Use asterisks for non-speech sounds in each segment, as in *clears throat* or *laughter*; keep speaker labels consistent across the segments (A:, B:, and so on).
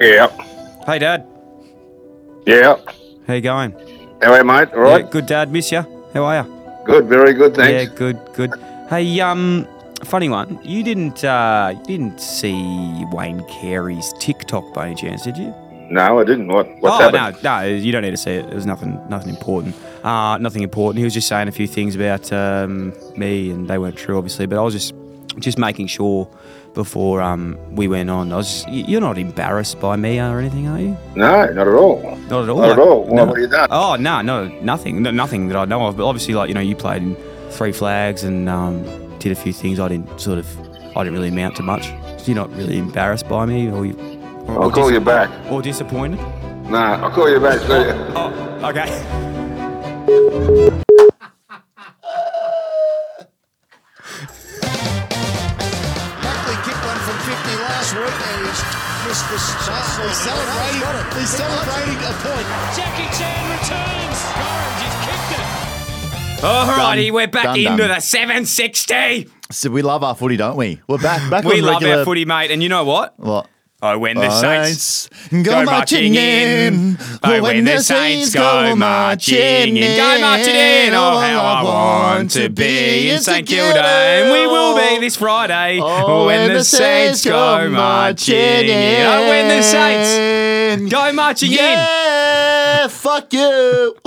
A: Yeah.
B: Hey, Dad.
A: Yeah.
B: How you going?
A: How are you, mate? All right.
B: Yeah, good, Dad. Miss ya. How are you?
A: Good. Very good. Thanks.
B: Yeah, good, good. Hey, um, funny one. You didn't, uh, you didn't see Wayne Carey's TikTok by any chance, did you?
A: No, I didn't. What? What's
B: oh
A: happened?
B: no, no, you don't need to see it. There's nothing, nothing important. Uh, nothing important. He was just saying a few things about um, me, and they weren't true, obviously. But I was just, just making sure before um, we went on. I was, just, y- you're not embarrassed by me or anything, are you?
A: No, not at all.
B: Not at all.
A: Not at
B: like-
A: all. Why, what have you done?
B: Oh no, no, nothing, no, nothing that I know of. But obviously, like you know, you played in Three Flags and um, did a few things I didn't sort of, I didn't really amount to much. So you're not really embarrassed by me, or you. Or,
A: I'll
B: or
A: call you back.
B: Or disappointed.
A: Nah, I'll call you back. See ya.
B: Oh,
C: *laughs*
B: okay.
D: Buckley kicked one from 50 last week and he's missed the shot. He's celebrating, he's celebrating a point.
E: Jackie Chan returns. Gorringe has kicked it.
B: Alrighty,
C: Done.
B: we're back
C: Done,
B: into
C: done.
B: the 760.
C: So we love our footy, don't we? We're back, back
B: We
C: on
B: love
C: regular.
B: our footy, mate. And you know what?
C: What?
B: Oh, when the Saints
C: go, marching in.
B: Oh, when the Saints go marching in. Go marching in. Oh, how I want to be in St Kilda. And we will be this Friday.
C: Oh,
B: when the Saints go marching in. Oh, when the Saints go marching in.
C: Yeah, fuck you. *laughs*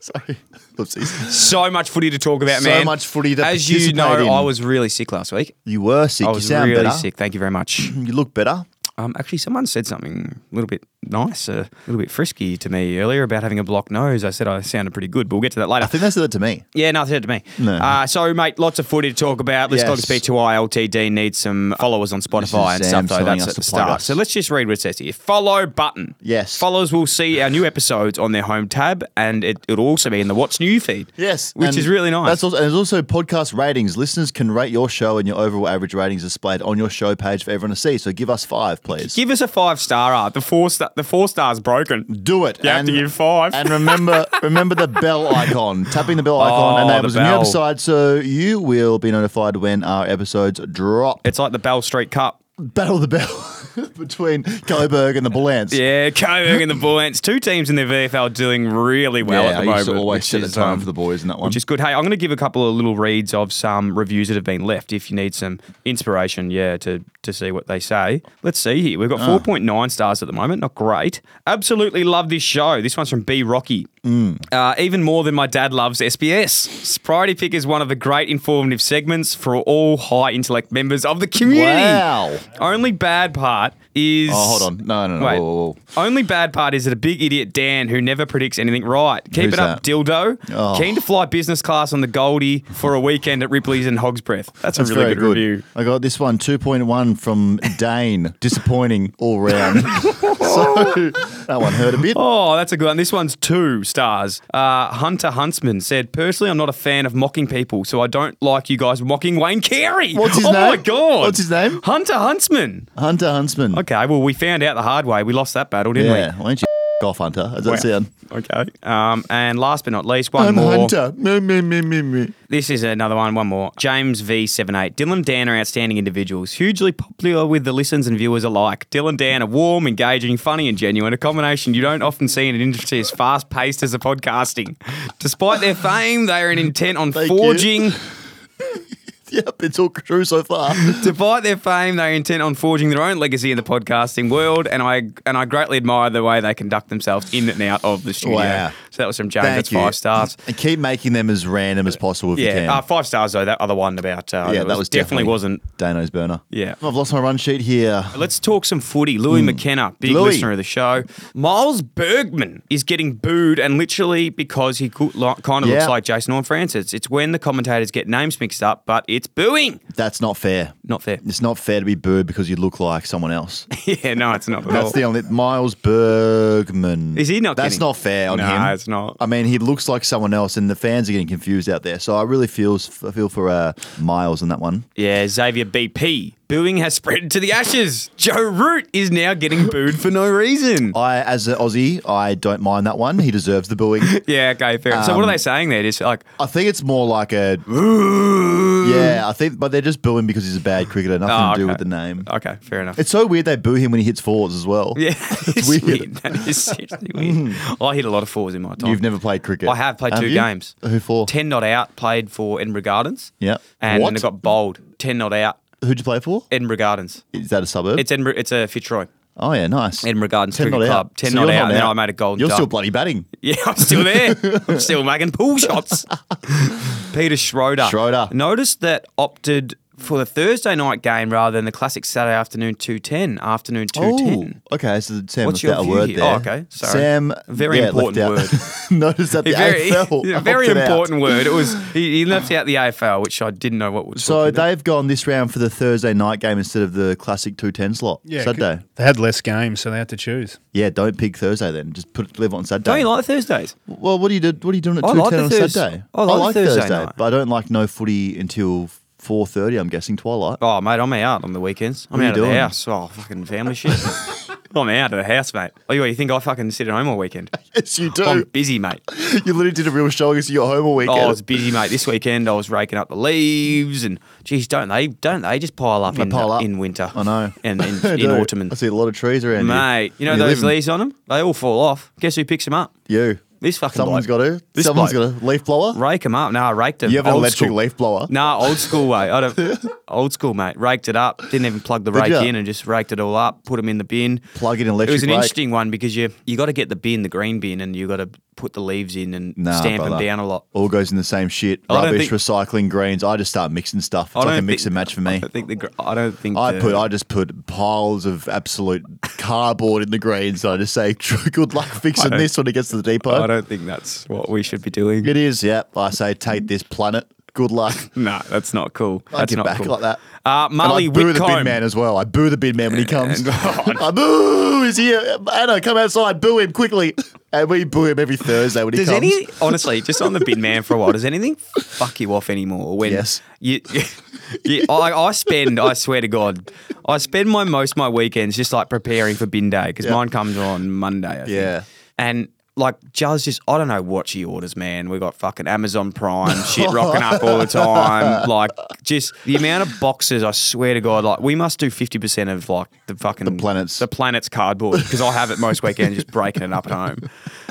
C: Sorry. Oopsies.
B: So much footy to talk about,
C: So
B: man.
C: much footy to
B: As you know,
C: participate in.
B: I was really sick last week.
C: You were sick.
B: I
C: you
B: was
C: sound
B: really
C: better.
B: sick. Thank you very *clears throat* much.
C: You look better.
B: Um, actually, someone said something a little bit nice, a little bit frisky to me earlier about having a blocked nose. I said I sounded pretty good, but we'll get to that later.
C: I think they said that to me.
B: yeah, no, they said it to me.
C: No.
B: Uh, so, mate, lots of footy to talk about. Let's
C: Yes.
B: Dogs B2I LTD needs some followers on Spotify and
C: Sam
B: stuff, though.
C: telling
B: That's
C: us
B: at the
C: to plug
B: start.
C: us.
B: So let's just read what it says here. Follow button.
C: Yes.
B: Followers will see our new episodes on their home tab, and it, it'll also be in the What's New feed.
C: Yes,
B: Which
C: and
B: is really nice.
C: That's also, and there's also podcast ratings. Listeners can rate your show, and your overall average ratings displayed on your show page for everyone to see. So give us five, please.
B: Give us a five star art. The four star, the four star's broken.
C: Do it.
B: You have to give five.
C: And *laughs* remember, remember the bell icon. Tapping the bell
B: Oh,
C: icon
B: the
C: enables a new
B: bell.
C: episode, so you will be notified when our episodes drop.
B: It's like the Bell Street Cup.
C: Battle of the Bell *laughs* between Coburg and the Bullants.
B: Yeah, Coburg
C: *laughs*
B: and the Bullants, two teams in the VFL doing really well
C: Yeah,
B: at the
C: I
B: moment.
C: used to always
B: which
C: set the
B: is,
C: time
B: um,
C: for the boys in that one.
B: Which is good. Hey, I'm going to give a couple of little reads of some reviews that have been left if you need some inspiration, yeah, to, to see what they say. Let's see here.
C: Ah.
B: We've got 4.9 stars at the moment. Not great. Absolutely love this show. This one's from B Rocky.
C: Mm.
B: Uh, even more than my dad loves SBS. Priority Pick is one of the great informative segments for all high intellect members of the community.
C: Wow.
B: Only bad part is.
C: Oh, hold on. No, no, no.
B: Wait.
C: Whoa, whoa, whoa.
B: Only bad part is that a big idiot Dan who never predicts anything right. Keep
C: Who's
B: it up,
C: that?
B: dildo.
C: Oh.
B: Keen to fly business class on the Goldie for a weekend at Ripley's and Hogs Breath. That's a
C: That's
B: really
C: very
B: good, review.
C: I got this one, 2.1 from
B: *laughs*
C: Dane. Disappointing all round. so that one hurt a bit.
B: Oh, that's a good one. This one's two stars. Uh, Hunter Huntsman said, "Personally, I'm not a fan of mocking people, so I don't like you guys mocking Wayne Carey."
C: What's his
B: *laughs* oh
C: name?
B: my god!
C: What's his name?
B: Hunter Huntsman.
C: Hunter Huntsman.
B: Okay, well, we found out the hard way. We lost that battle, didn't
C: Yeah, why don't you off, Hunter? How's that sound?
B: we? Okay. Um, and last but not least, one more.
C: Me, me, me, me, me.
B: This is another one, one more. James V78. Dylan and Dan are outstanding individuals, hugely popular with the listeners and viewers alike. Dylan and Dan are warm, engaging, funny, and genuine, a combination you don't often see in an industry as fast paced as the podcasting. Despite their fame, they are intent on
C: Thank you.
B: forging.
C: Yep, it's all true
B: *laughs*
C: so far.
B: Despite their fame, they are intent on forging their own legacy in the podcasting world, and I and I greatly admire the way they conduct themselves in and out of the studio.
C: Wow.
B: So that was from James.
C: Thank
B: That's
C: you.
B: five stars.
C: And keep making them as random as possible if you can.
B: Yeah, uh, five stars though. That other one about uh,
C: yeah, that was
B: definitely wasn't
C: Dano's burner.
B: Yeah.
C: I've lost my run sheet here.
B: Let's talk some footy. Louis McKenna, big
C: Hmm. Louis.
B: listener of the show. Miles Bergman is getting booed, and literally because he coo- lo- kind of
C: Yeah.
B: looks like Jason Orn Francis. It's when the commentators get names mixed up, but it's booing.
C: That's not fair.
B: Not fair.
C: It's not fair to be booed because you look like someone else.
B: *laughs* yeah, no, it's not. At all.
C: That's the only Miles Bergman.
B: Is he not
C: That's
B: getting-
C: not fair on
B: No,
C: him.
B: it's not.
C: I mean, he looks like someone else, and the fans are getting confused out there. So I really feels I feel for uh, Miles in that one.
B: yeah, Xavier BP Booing has spread to the ashes. Joe Root is now
C: *laughs*
B: getting booed for no reason.
C: I, as an Aussie, I don't mind that one. He deserves
B: *laughs*
C: the booing.
B: Yeah, okay, fair. so
C: Um,
B: what are they saying there? Just like, *gasps*
C: I think it's more like a yeah. I think, but they're just booing because he's a bad cricketer. Nothing
B: Oh,
C: to do
B: okay.
C: with the name.
B: okay, fair enough.
C: It's so weird they boo him when he hits fours as well.
B: *laughs* yeah, it's
C: weird. Hmm.
B: That is seriously weird. I hit a lot of fours in my time.
C: You've never played cricket.
B: I have played two
C: you?
B: games.
C: Who for?
B: Ten not out. Played for Edinburgh Gardens.
C: Yep.
B: and
C: What?
B: then it got bowled. Ten not out.
C: Who'd you play for?
B: Edinburgh Gardens.
C: Is that a suburb?
B: It's Edinburgh. It's a Fitzroy. *laughs*
C: oh yeah, nice.
B: Edinburgh Gardens
C: Ten
B: Cricket
C: not
B: Club.
C: out.
B: Ten
C: So
B: not
C: you're
B: out, and then I made a golden
C: You're
B: duck.
C: still bloody batting.
B: Yeah, I'm still there. I'm still making pool
C: *laughs*
B: shots. Peter Schroeder.
C: Schroeder.
B: Noticed that opted for the Thursday night game rather than the classic Saturday afternoon 210. Afternoon 210.
C: Oh, okay. So Sam
B: What's
C: What's
B: your
C: left out a
B: view
C: word
B: here?
C: there.
B: Oh, okay, sorry.
C: Sam,
B: Very
C: yeah,
B: important
C: left out- *laughs* Notice that the
B: A *laughs* very,
C: AFL
B: a very
C: opted out.
B: important word. It was he, he
C: *sighs*
B: left out the AFL, which I didn't know what was.
C: So they've gone this round for the Thursday night game instead of the classic two ten slot. Saturday.
F: They had less games, so they had to choose.
C: Yeah, don't pick Thursday then. Just put live on Saturday.
B: don't you like Thursdays?
C: Well, what are you do? What are you doing at
B: I
C: two
B: like
C: ten
B: the
C: on
B: Thurs-
C: Saturday?
B: I like Thursday night.
C: but I don't like no footy until four thirty. I'm
B: *laughs*
C: guessing twilight.
B: Oh, mate, I'm out on the weekends. I'm
C: What are
B: out of
C: you
B: the
C: doing?
B: house. Oh, fucking family
C: *laughs*
B: shit. I'm out of the house, mate. Oh, you, you think I fucking sit at home all
C: *laughs*
B: weekend?
C: Yes, you do.
B: I'm busy, mate.
C: *laughs* you literally did a real show against your home all weekend.
B: Oh, I was busy, mate. This weekend I was raking up the leaves, and geez, don't they? Don't they just pile up,
C: They
B: in,
C: pile up.
B: in winter?
C: I know.
B: *laughs* and
C: *laughs*
B: in,
C: *laughs* I
B: in
C: do.
B: autumn,
C: I
B: and
C: see a lot of trees around here.
B: mate, you know
C: You
B: those
C: live in-
B: leaves on them? They all fall off. Guess who picks them up?
C: You.
B: This fucking
C: Someone's
B: bloke.
C: got to.
B: This
C: Someone's
B: bloke.
C: got a leaf blower.
B: rake them up. No, I raked them.
C: You have an
B: Old
C: electric
B: school.
C: leaf blower.
B: Nah, old school way. I don't,
C: *laughs*
B: old school, mate. Raked it up. Didn't even plug the rake
C: ya?
B: in and just raked it all up. Put them in the bin.
C: Plug in an
B: It was
C: electric
B: an
C: rake.
B: interesting one because you you got to get the bin, the green bin, and you got to put the leaves in and stamp
C: brother.
B: them down a lot.
C: All goes in the same shit.
B: I don't
C: Rubbish,
B: think-
C: recycling, greens. I just start mixing stuff. It's like a
B: don't
C: mix
B: think-
C: and match for
B: I
C: me.
B: don't think the gr- I don't think
C: I
B: the-
C: put, I just put piles of absolute cardboard in the greens. I just say, *laughs* good luck fixing
B: don't-
C: this when it gets to the depot.
B: I don't think that's what we should be doing.
C: It is, yeah. I say, take this planet. Good luck.
B: No, that's not cool.
C: I
B: That's
C: get
B: not
C: back
B: cool.
C: like that.
B: Uh, Marley
C: and I boo the
B: Whitcomb.
C: bin man as well. I boo the bin man when he comes. *laughs* I boo, he's here. Anna, come outside. Boo him quickly. And we boo him every Thursday when
B: Does
C: he comes.
B: any *laughs* honestly just on the bin man for a while? Does anything fuck you off anymore? When
C: Yes.
B: you, you I, I spend, I swear to God, I spend my most of my weekends just like preparing for bin day because
C: Yeah.
B: mine comes on Monday. I think.
C: Yeah.
B: and. Like Jazz just I don't know what she orders, man. We got fucking Amazon Prime shit rocking up
C: *laughs*
B: all the time. Like just the amount of boxes, I swear to God, like we must do fifty percent of like the fucking the
C: planets.
B: the planet's cardboard because I have it most weekends just breaking it up at home.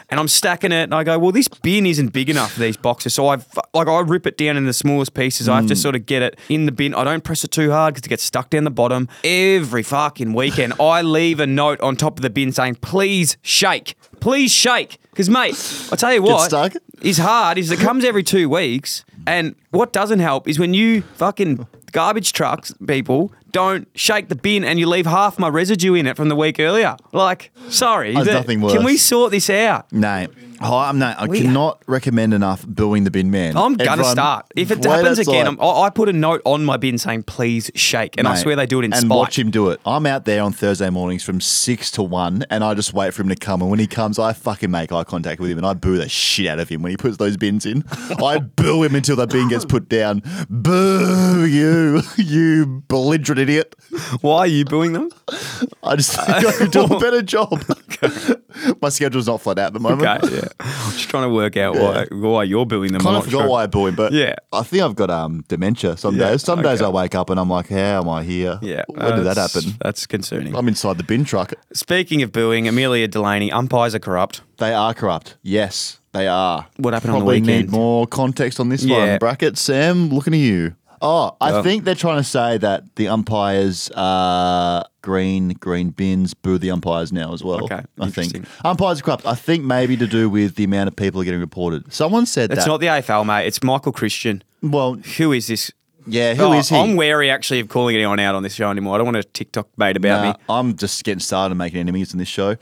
B: And I'm stacking it and I go, well, this bin isn't big enough for these boxes. So I fu- like I rip it down in the smallest pieces. I have to sort of get it in the bin. I don't press it too hard because it gets stuck down the bottom. Every fucking weekend, I leave a note on top of the bin saying, please shake. Please shake. Because, mate, I tell you what
C: stuck?
B: is hard is it comes every two weeks. And what doesn't help is when you fucking garbage trucks people don't shake the bin and you leave half my residue in it from the week earlier. Like, sorry.
C: There's
B: that-
C: nothing worse.
B: Can we sort this out?
C: No. Oh, I'm not. I
B: We-
C: cannot recommend enough booing the bin man.
B: I'm gonna
C: Everyone,
B: start. If it
C: wait
B: happens
C: outside.
B: again, I'm, I I put a note on my bin saying "please shake," and I
C: Mate,
B: swear they do it in
C: and
B: spite.
C: watch him do it. I'm out there on Thursday mornings from six to one, and I just wait for him to come. And when he comes, I fucking make eye contact with him, and I boo the shit out of him when he puts those bins
B: *laughs*
C: in. I boo him until the bin gets put down. Boo you, *laughs* you belligerent idiot!
B: Why are you booing
C: *laughs*
B: them?
C: I just *laughs* think I could
B: *laughs*
C: do a better job. *laughs* My schedule's not flat out at the moment. *laughs*
B: Okay, yeah. I'm just trying to work out why why you're booing them. I'm
C: Kind of
B: not
C: forgot
B: sure.
C: why I boo him, but
B: Yeah.
C: I think I've got um dementia. Some
B: Yeah,
C: days, some days
B: okay.
C: I wake up and I'm like, how am I here?
B: Yeah,
C: when
B: uh,
C: did that
B: that's-
C: happen?
B: That's concerning.
C: I'm inside the bin truck.
B: Speaking of booing, Amelia Delaney, umpires are corrupt.
C: They are corrupt. Yes, they are.
B: What happened on the
C: Probably
B: weekend?
C: need more context on this
B: Yeah.
C: one. Bracket Sam, looking at you. Oh, I think they're trying to say that the umpires are green, green bins. Boo the umpires now as well.
B: Okay,
C: I
B: interesting.
C: think umpires are corrupt. I think maybe to do with the amount of people are getting reported. Someone said
B: It's
C: that.
B: not the AFL, mate. It's Michael Christian.
C: well,
B: Who is this?
C: yeah. Who
B: Oh,
C: is he?
B: I'm wary actually of calling anyone out on this show anymore. I don't want a TikTok mate about
C: Nah,
B: me.
C: I'm just getting started and making enemies in this show.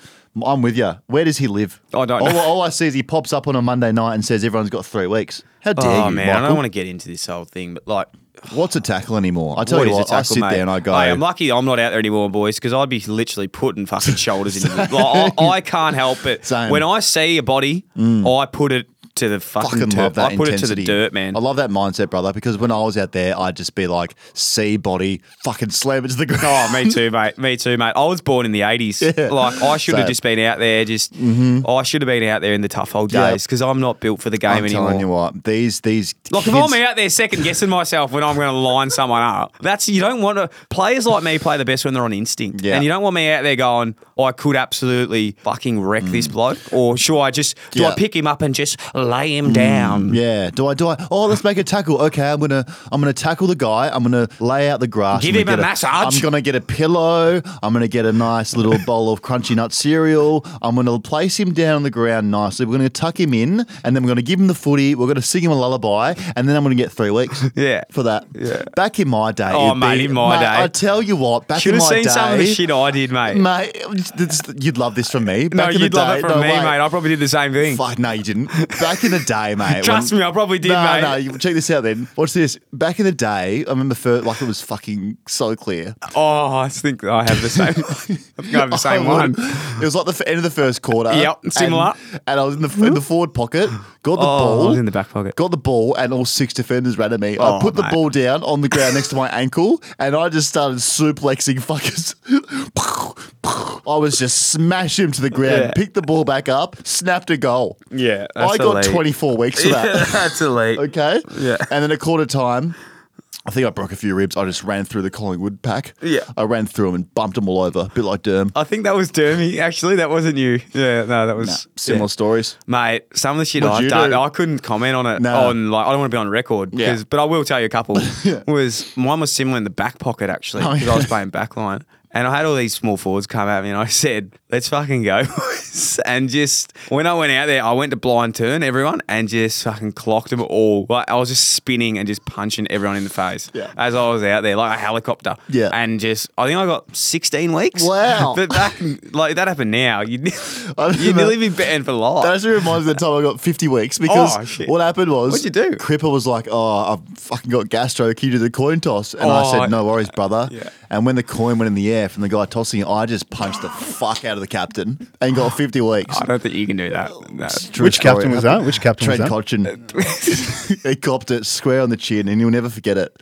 C: I'm with you. Where does he live?
B: I don't
C: all,
B: know.
C: all I see is he pops up on a Monday night and says everyone's got three weeks. How dare
B: Oh
C: you,
B: man,
C: Michael?
B: I don't want to get into this whole thing, but like,
C: What's a tackle anymore? I tell
B: what
C: you
B: is
C: what,
B: a tackle,
C: I sit
B: mate?
C: there and I go,
B: Hey, I'm lucky I'm not out there anymore, boys, because I'd be literally putting
C: *laughs*
B: fucking shoulders into. Like, I, I can't help it.
C: Same. Mm.
B: When I see a body, I put it to the fucking,
C: fucking
B: dirt.
C: love that
B: I put
C: intensity.
B: it to the dirt, man.
C: I love that mindset, brother, because when I was out there, I'd just be like, see body, fucking slam it to the ground.
B: Oh,
C: *laughs*
B: me too, mate. Me too, mate. I was born in the eighties. Like I should have
C: Same.
B: just been out there. Just I should have been out there in the tough old
C: Yeah.
B: days because I'm not built for the game
C: *laughs* I'm
B: anymore.
C: telling you what, these these
B: Like if
C: kids,
B: I'm out there second guessing myself when I'm going to line someone up, that's you don't want to. Players like me play the best when they're on instinct,
C: Yeah.
B: and you don't want me out there going, "I could absolutely fucking wreck this bloke," or "Should I just do I
C: Mm. Yeah. Mm.
B: pick him up and just lay him down?"
C: Yeah. Do I do I oh let's make a tackle. Okay, I'm gonna I'm gonna tackle the guy. I'm gonna lay out the grass.
B: Give
C: I'm
B: him
C: gonna
B: a
C: get
B: massage.
C: I'm gonna get a pillow. I'm gonna get a
B: *laughs*
C: nice little bowl of crunchy nut cereal. I'm gonna place him down on the ground nicely. We're gonna tuck him in and then we're gonna give him the footy. We're gonna sing him a lullaby and then I'm gonna get three weeks.
B: *laughs* Yeah.
C: For that. Yeah. Back in my day.
B: Oh,
C: it'd
B: mate,
C: be-
B: in my day.
C: I tell you what, back
B: Should
C: in
B: have
C: my
B: seen
C: day.
B: some of the shit I did, mate.
C: Mate, this- you'd love this from me.
B: no,
C: Back in
B: you'd
C: the
B: love it
C: day-
B: from
C: no,
B: me,
C: wait.
B: mate. I probably did the same thing.
C: Fuck, no, you didn't. Back in the
B: *laughs*
C: day, mate.
B: Trust
C: when-
B: me, I probably did,
C: no,
B: mate.
C: No, you check this out then. Watch this. Back in the day, I remember for, like it was fucking so clear.
B: Oh, I think I have the
C: *laughs*
B: same. I think I have the same
C: I
B: one.
C: would- It was like Oh, the f- end of the first quarter.
B: Yep,
C: and-
B: similar.
C: And, I was in the, f- in the forward pocket, got the
B: Oh, I
C: ball.
B: was in the back pocket.
C: Got the ball, and all six defenders ran at me.
B: Oh,
C: I put
B: mate.
C: the ball down on the ground next to my ankle, and I just started suplexing fuckers. *laughs* I was just smashing him to the ground,
B: Yeah.
C: picked the ball back up, snapped a goal.
B: Yeah, that's
C: I got
B: elite.
C: 24 weeks for
B: *laughs*
C: that.
B: That's elite.
C: Okay.
B: Yeah.
C: And then at quarter time, I think I broke a few ribs. I just ran through the Collingwood pack.
B: Yeah. Uh,
C: I ran through them and bumped them all over, a bit like Derm.
B: I think that was Dermy. Actually, that wasn't you. Yeah, no, that was
C: Nah, similar
B: yeah.
C: stories.
B: Mate, some of the shit
C: What'd
B: I've
C: you
B: done,
C: do?
B: I couldn't comment on it.
C: No.
B: On like, I don't want to be on record.
C: Yeah.
B: 'cause- But I will tell you a
C: *laughs*
B: couple. Was mine was similar in the back pocket actually
C: Oh,
B: because I
C: yeah.
B: was playing backline, and I had all these small forwards come at me, and I *laughs* said, "Let's fucking go." *laughs* boys." and just when I went out there, I went to blind turn everyone and just fucking clocked them all. Like I was just spinning and just punching everyone in the face
C: Yeah.
B: as I was out there like a helicopter.
C: Yeah.
B: And just I think I got 16 weeks. *laughs*
C: Wow.
B: But back like that happened now, you'd
C: *laughs* I
B: *laughs*
C: don't
B: you'd
C: know.
B: nearly be banned for life.
C: That actually reminds me of the time I got 50 weeks because
B: Oh, shit.
C: what happened was
B: What'd you do?
C: Cripper was like, Oh, I've fucking got gastro. Can you do the coin toss? And I
B: Oh,
C: said, No worries, brother.
B: yeah.
C: And when the coin went in the air from the guy tossing it, I just punched the fuck out of the captain and got 50 weeks.
B: I don't think you can do *laughs* that. No.
C: True
F: Which
C: story.
F: captain was that? Which captain was
C: Trent
F: that?
C: Cochin.
B: *laughs*
C: *laughs* he copped it square on the chin and he'll never forget it.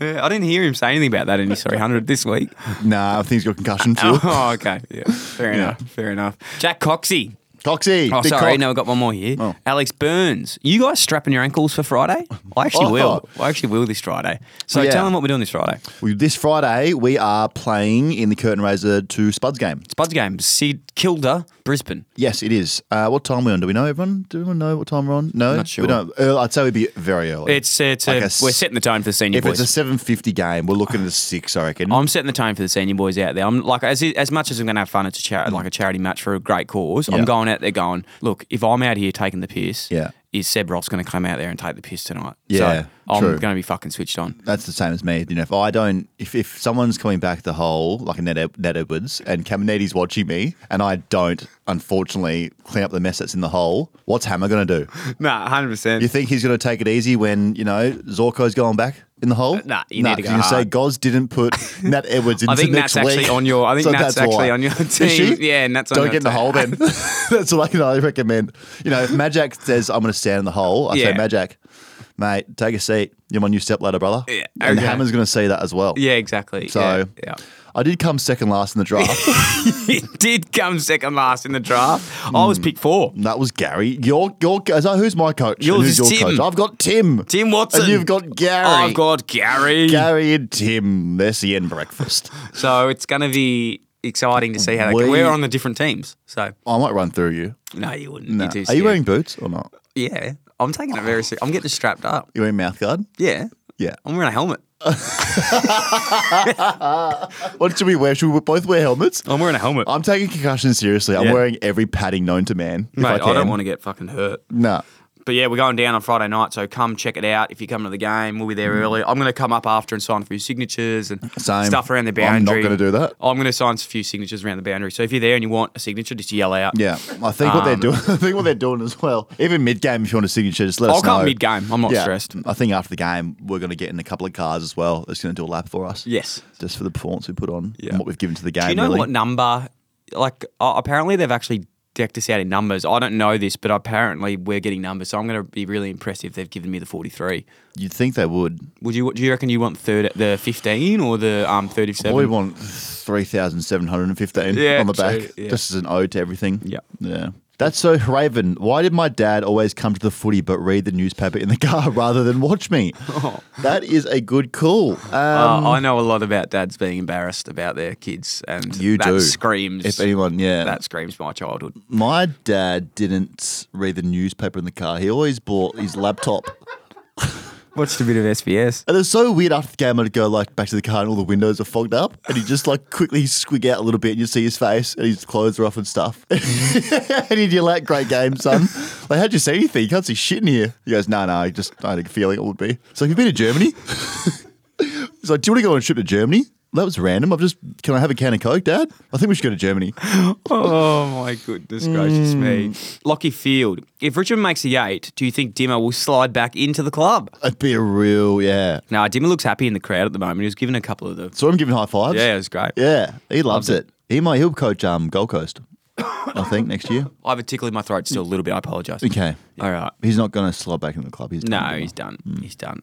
B: Yeah, I didn't hear him say anything about that in his 300 this week.
C: Nah, I think he's got concussion too.
B: *laughs* Oh, okay. *laughs* Yeah. Fair enough. Fair enough. Jack Coxey.
C: Coxie.
B: Oh,
C: big
B: sorry.
C: cock.
B: No, I've got one more here.
C: Oh.
B: Alex Burns. You guys strapping your ankles for Friday? I actually
C: Oh.
B: will. I actually will this Friday. So
C: Yeah.
B: tell them what we're doing this Friday.
C: Well, this Friday, we are playing in the Curtain Raiser 2 Spuds game.
B: It's Bud's game. Sid Kilda, Brisbane.
C: Yes, it is. Uh, what time are we on? Do we know, everyone? Do everyone know what time we're on? No?
B: Not sure.
C: We don't. Early, I'd say we'd be very early.
B: It's, it's
C: Like
B: a,
C: a s-
B: we're setting the tone for the senior
C: if
B: boys.
C: it's a 7.50 game, we're looking
B: *sighs*
C: at a 6, I reckon.
B: I'm setting the tone for the senior boys out there. I'm like, as as much as I'm going to have fun, it's a charity, like a charity match for a great cause. I'm
C: Yeah.
B: going out there going, look, if I'm out here taking the piss,
C: Yeah.
B: is Seb Ross going to come out there and take the piss tonight?
C: Yeah,
B: so I'm
C: true.
B: going to be fucking switched on.
C: That's the same as me. You know, if I don't, if, if someone's coming back the hole, like a Ned, Ed- Ned Edwards, and Caminiti's watching me, and I don't, unfortunately, clean up the mess that's in the hole, what's Hammer going to do?
B: *laughs* Nah, hundred
C: You
B: percent.
C: think he's going to take it easy when you know Zorko's going back in the hole?
B: Uh, nah, you need to go
C: You say
B: hard.
C: Goz
B: *laughs*
C: didn't put Nat Edwards into
B: I think
C: next
B: Nat's actually
C: week.
B: on your- I think
C: So
B: Nat's
C: that's why.
B: actually on your
C: *laughs* Is
B: team.
C: she?
B: Yeah, Nat's on
C: Don't
B: your
C: get in the
B: team. *laughs*
C: hole then. *laughs* that's what I can only recommend. You know, if Majak says I'm going to stand in the hole, I
B: Yeah.
C: say Majak, mate, take a seat. You're my new stepladder, brother.
B: Yeah,
C: and
B: okay.
C: Hammer's going to see that as well.
B: Yeah, exactly.
C: So
B: yeah,
C: I did come second last in the draft.
B: *laughs*
C: *laughs*
B: yeah. he did come second last in the draft. I
C: Hmm.
B: was pick four.
C: that was Gary. Your your is that, who's my coach?
B: Yours
C: And who's
B: is
C: your
B: Tim.
C: coach? I've got Tim.
B: Tim Watson.
C: And you've got Gary.
B: I've got *laughs* Gary.
C: Gary and Tim, that's the end breakfast.
B: So it's going to be exciting to see how that.
C: We-
B: goes. We're on the different teams, so
C: *laughs* I might run through you.
B: no, you wouldn't.
C: No.
B: You're too
C: Are you
B: scared.
C: wearing boots or not?
B: Yeah, I'm taking it very seriously. I'm getting strapped up.
C: You wearing mouth guard?
B: Yeah,
C: Yeah.
B: I'm wearing a helmet.
C: What should we wear? Should we both wear helmets?
B: I'm wearing a helmet.
C: I'm taking concussion seriously. I'm
B: Oh. Yeah.
C: wearing every padding known to man. if
B: Mate, I,
C: can.
B: don't want to get fucking hurt.
C: Nah.
B: But yeah, we're going down on Friday night, so come check it out. If you come to the game, we'll be there early. I'm going to come up after and sign a few signatures and
C: Same.
B: stuff around the
C: I'm not
B: boundary.
C: gonna do that.
B: I'm going to sign a few signatures around the boundary. So if you're there and you want a signature, just yell out.
C: Yeah, I think what they're
B: Um,
C: doing. *laughs* I think what they're doing as well. Even mid game, if you want a signature, just let
B: I'll
C: us know.
B: come mid game. I'm not
C: Yeah.
B: stressed.
C: I think after the game, we're going to get in a couple of cars as well. It's going to do a lap for us.
B: Yes.
C: just for the performance we put on
B: Yeah.
C: and what we've given to the game.
B: Do you know
C: really.
B: what number? Like, uh, apparently they've actually decked us out in numbers. I don't know this, but apparently we're getting numbers, so I'm going to be really impressed if they've given me the 43.
C: You'd think they would.
B: Would you? Do you reckon you want third, the 15 or the um 37?
C: We want 3,715
B: Yeah,
C: on the back,
B: so, yeah.
C: just as an ode to everything.
B: Yeah.
C: Yeah. That's so Raven. Why did my dad always come to the footy but read the newspaper in the car *laughs* rather than
B: *laughs*
C: watch me? That is a good call. Um,
B: Uh, I know a lot about dads being embarrassed about their kids, and
C: you
B: that
C: do.
B: screams
C: If anyone, yeah.
B: that screams my childhood.
C: My dad didn't read the newspaper in the car. He always bought his laptop.
B: Watched a bit of SBS.
C: And it was so weird after the game, I'd go like back to the car and all the windows are fogged up. And he just like quickly squig out a little bit and you see his face and his clothes are off and stuff. *laughs* and he'd yell out, great game, son. Like, how'd you see anything? You can't see shit in here. He goes, no, no, I just I had a feeling it would be. It's like, you've been to Germany? *laughs* He's like, do you want to go on a trip to Germany? That was random. I've just, can I have a can of Coke, Dad? I think we should go to Germany.
B: *laughs* Oh my goodness gracious me! Lockie Field. If Richmond makes the eight, do you think Dimmer will slide back into the club?
C: That'd be a real, yeah.
B: Now Dimmer looks happy in the crowd at the moment. He was given a couple of the.
C: So I'm giving high fives.
B: Yeah, it was great.
C: Yeah, he loves it. He might he'll coach um Gold Coast, I think next year.
B: I have a tickle in my throat still a little bit. I apologise.
C: Okay,
B: All right.
C: he's not going to slot back in the club. He's
B: No,
C: done.
B: he's done.
C: Mm.
B: He's done.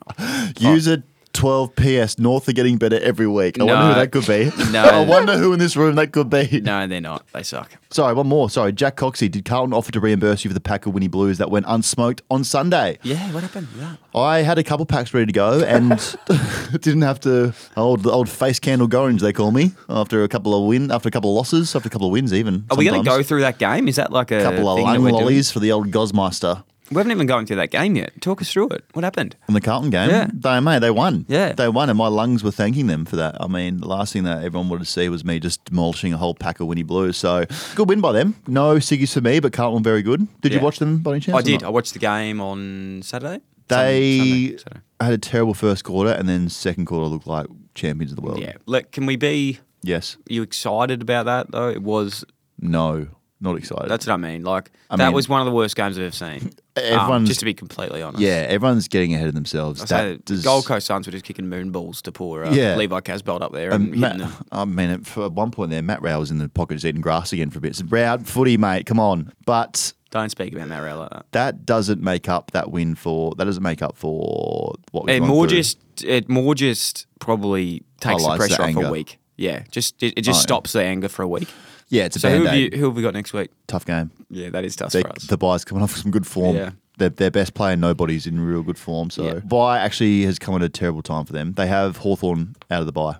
C: user. 12 PS North are getting better every week. I wonder
B: No.
C: who that could be.
B: *laughs* No.
C: *laughs* I wonder who in this room that could be.
B: No, they're not. They suck.
C: Sorry, one more. Sorry, Jack Coxey. Did Carlton offer to reimburse you for the pack of Winnie Blues that went unsmoked on Sunday?
B: Yeah, what happened? to that?
C: I had a couple packs ready to go and
B: *laughs*
C: didn't have to old the old face candle orange they call me after a couple of win after a couple of losses after a couple of wins even.
B: Are we going to
C: sometimes.
B: go through that game? Is that like a
C: couple of
B: thing that
C: lung
B: we're doing?
C: lollies for the old Gosmaster
B: We haven't even gone through that game yet. Talk us through it. What happened?
C: in the Carlton game.
B: Yeah.
C: They mate, they won.
B: Yeah.
C: They won and my lungs were thanking them for that. I mean, the last thing that everyone wanted to see was me just demolishing a whole pack of Winnie Blues. So good win by them. No Siggies for me, but Carlton very good. Did you
B: Yeah.
C: watch them by any chance?
B: I
C: or
B: did. I
C: not?
B: watched the game on Saturday.
C: They
B: Sunday, Sunday, Saturday.
C: had a terrible first quarter and then second quarter looked like champions of the world.
B: Yeah. Look, can we be?
C: Yes.
B: You excited about that though? It was.
C: No. Not excited.
B: That's what I mean. Like
C: I
B: that
C: mean-
B: was one of the worst games I've ever seen. Um,
C: *laughs* Everyone's-
B: just to be completely honest.
C: yeah, everyone's getting ahead of themselves.
B: I say
C: That
B: the
C: does-
B: Gold Coast Suns were just kicking moon balls to poor uh,
C: Yeah.
B: Levi Casbolt up there and
C: Um,
B: hitting
C: Matt,
B: them.
C: I mean, at- for- at one point there, Matt Rao was in the pocket just eating grass again for a bit. So, Rao, footy, mate, come on. But
B: Don't speak about Matt Rowell like that.
C: that doesn't make up that win for, that doesn't make up for what we've
B: It
C: gone
B: more
C: through.
B: just it more just probably takes the
C: Highlights the
B: pressure off
C: anger.
B: a week. Yeah, just it, it just
C: Oh, yeah.
B: stops the anger for a week.
C: Yeah, it's a
B: So who have, you,
C: band-aid.
B: who have we got next week?
C: Tough game.
B: Yeah, that is tough
C: They,
B: for us.
C: the buy's coming off some good form.
B: Yeah.
C: Their, their best player, nobody's in real good form. So,
B: Yeah.
C: buy actually has come at a terrible time for them. They have Hawthorn out of the buy.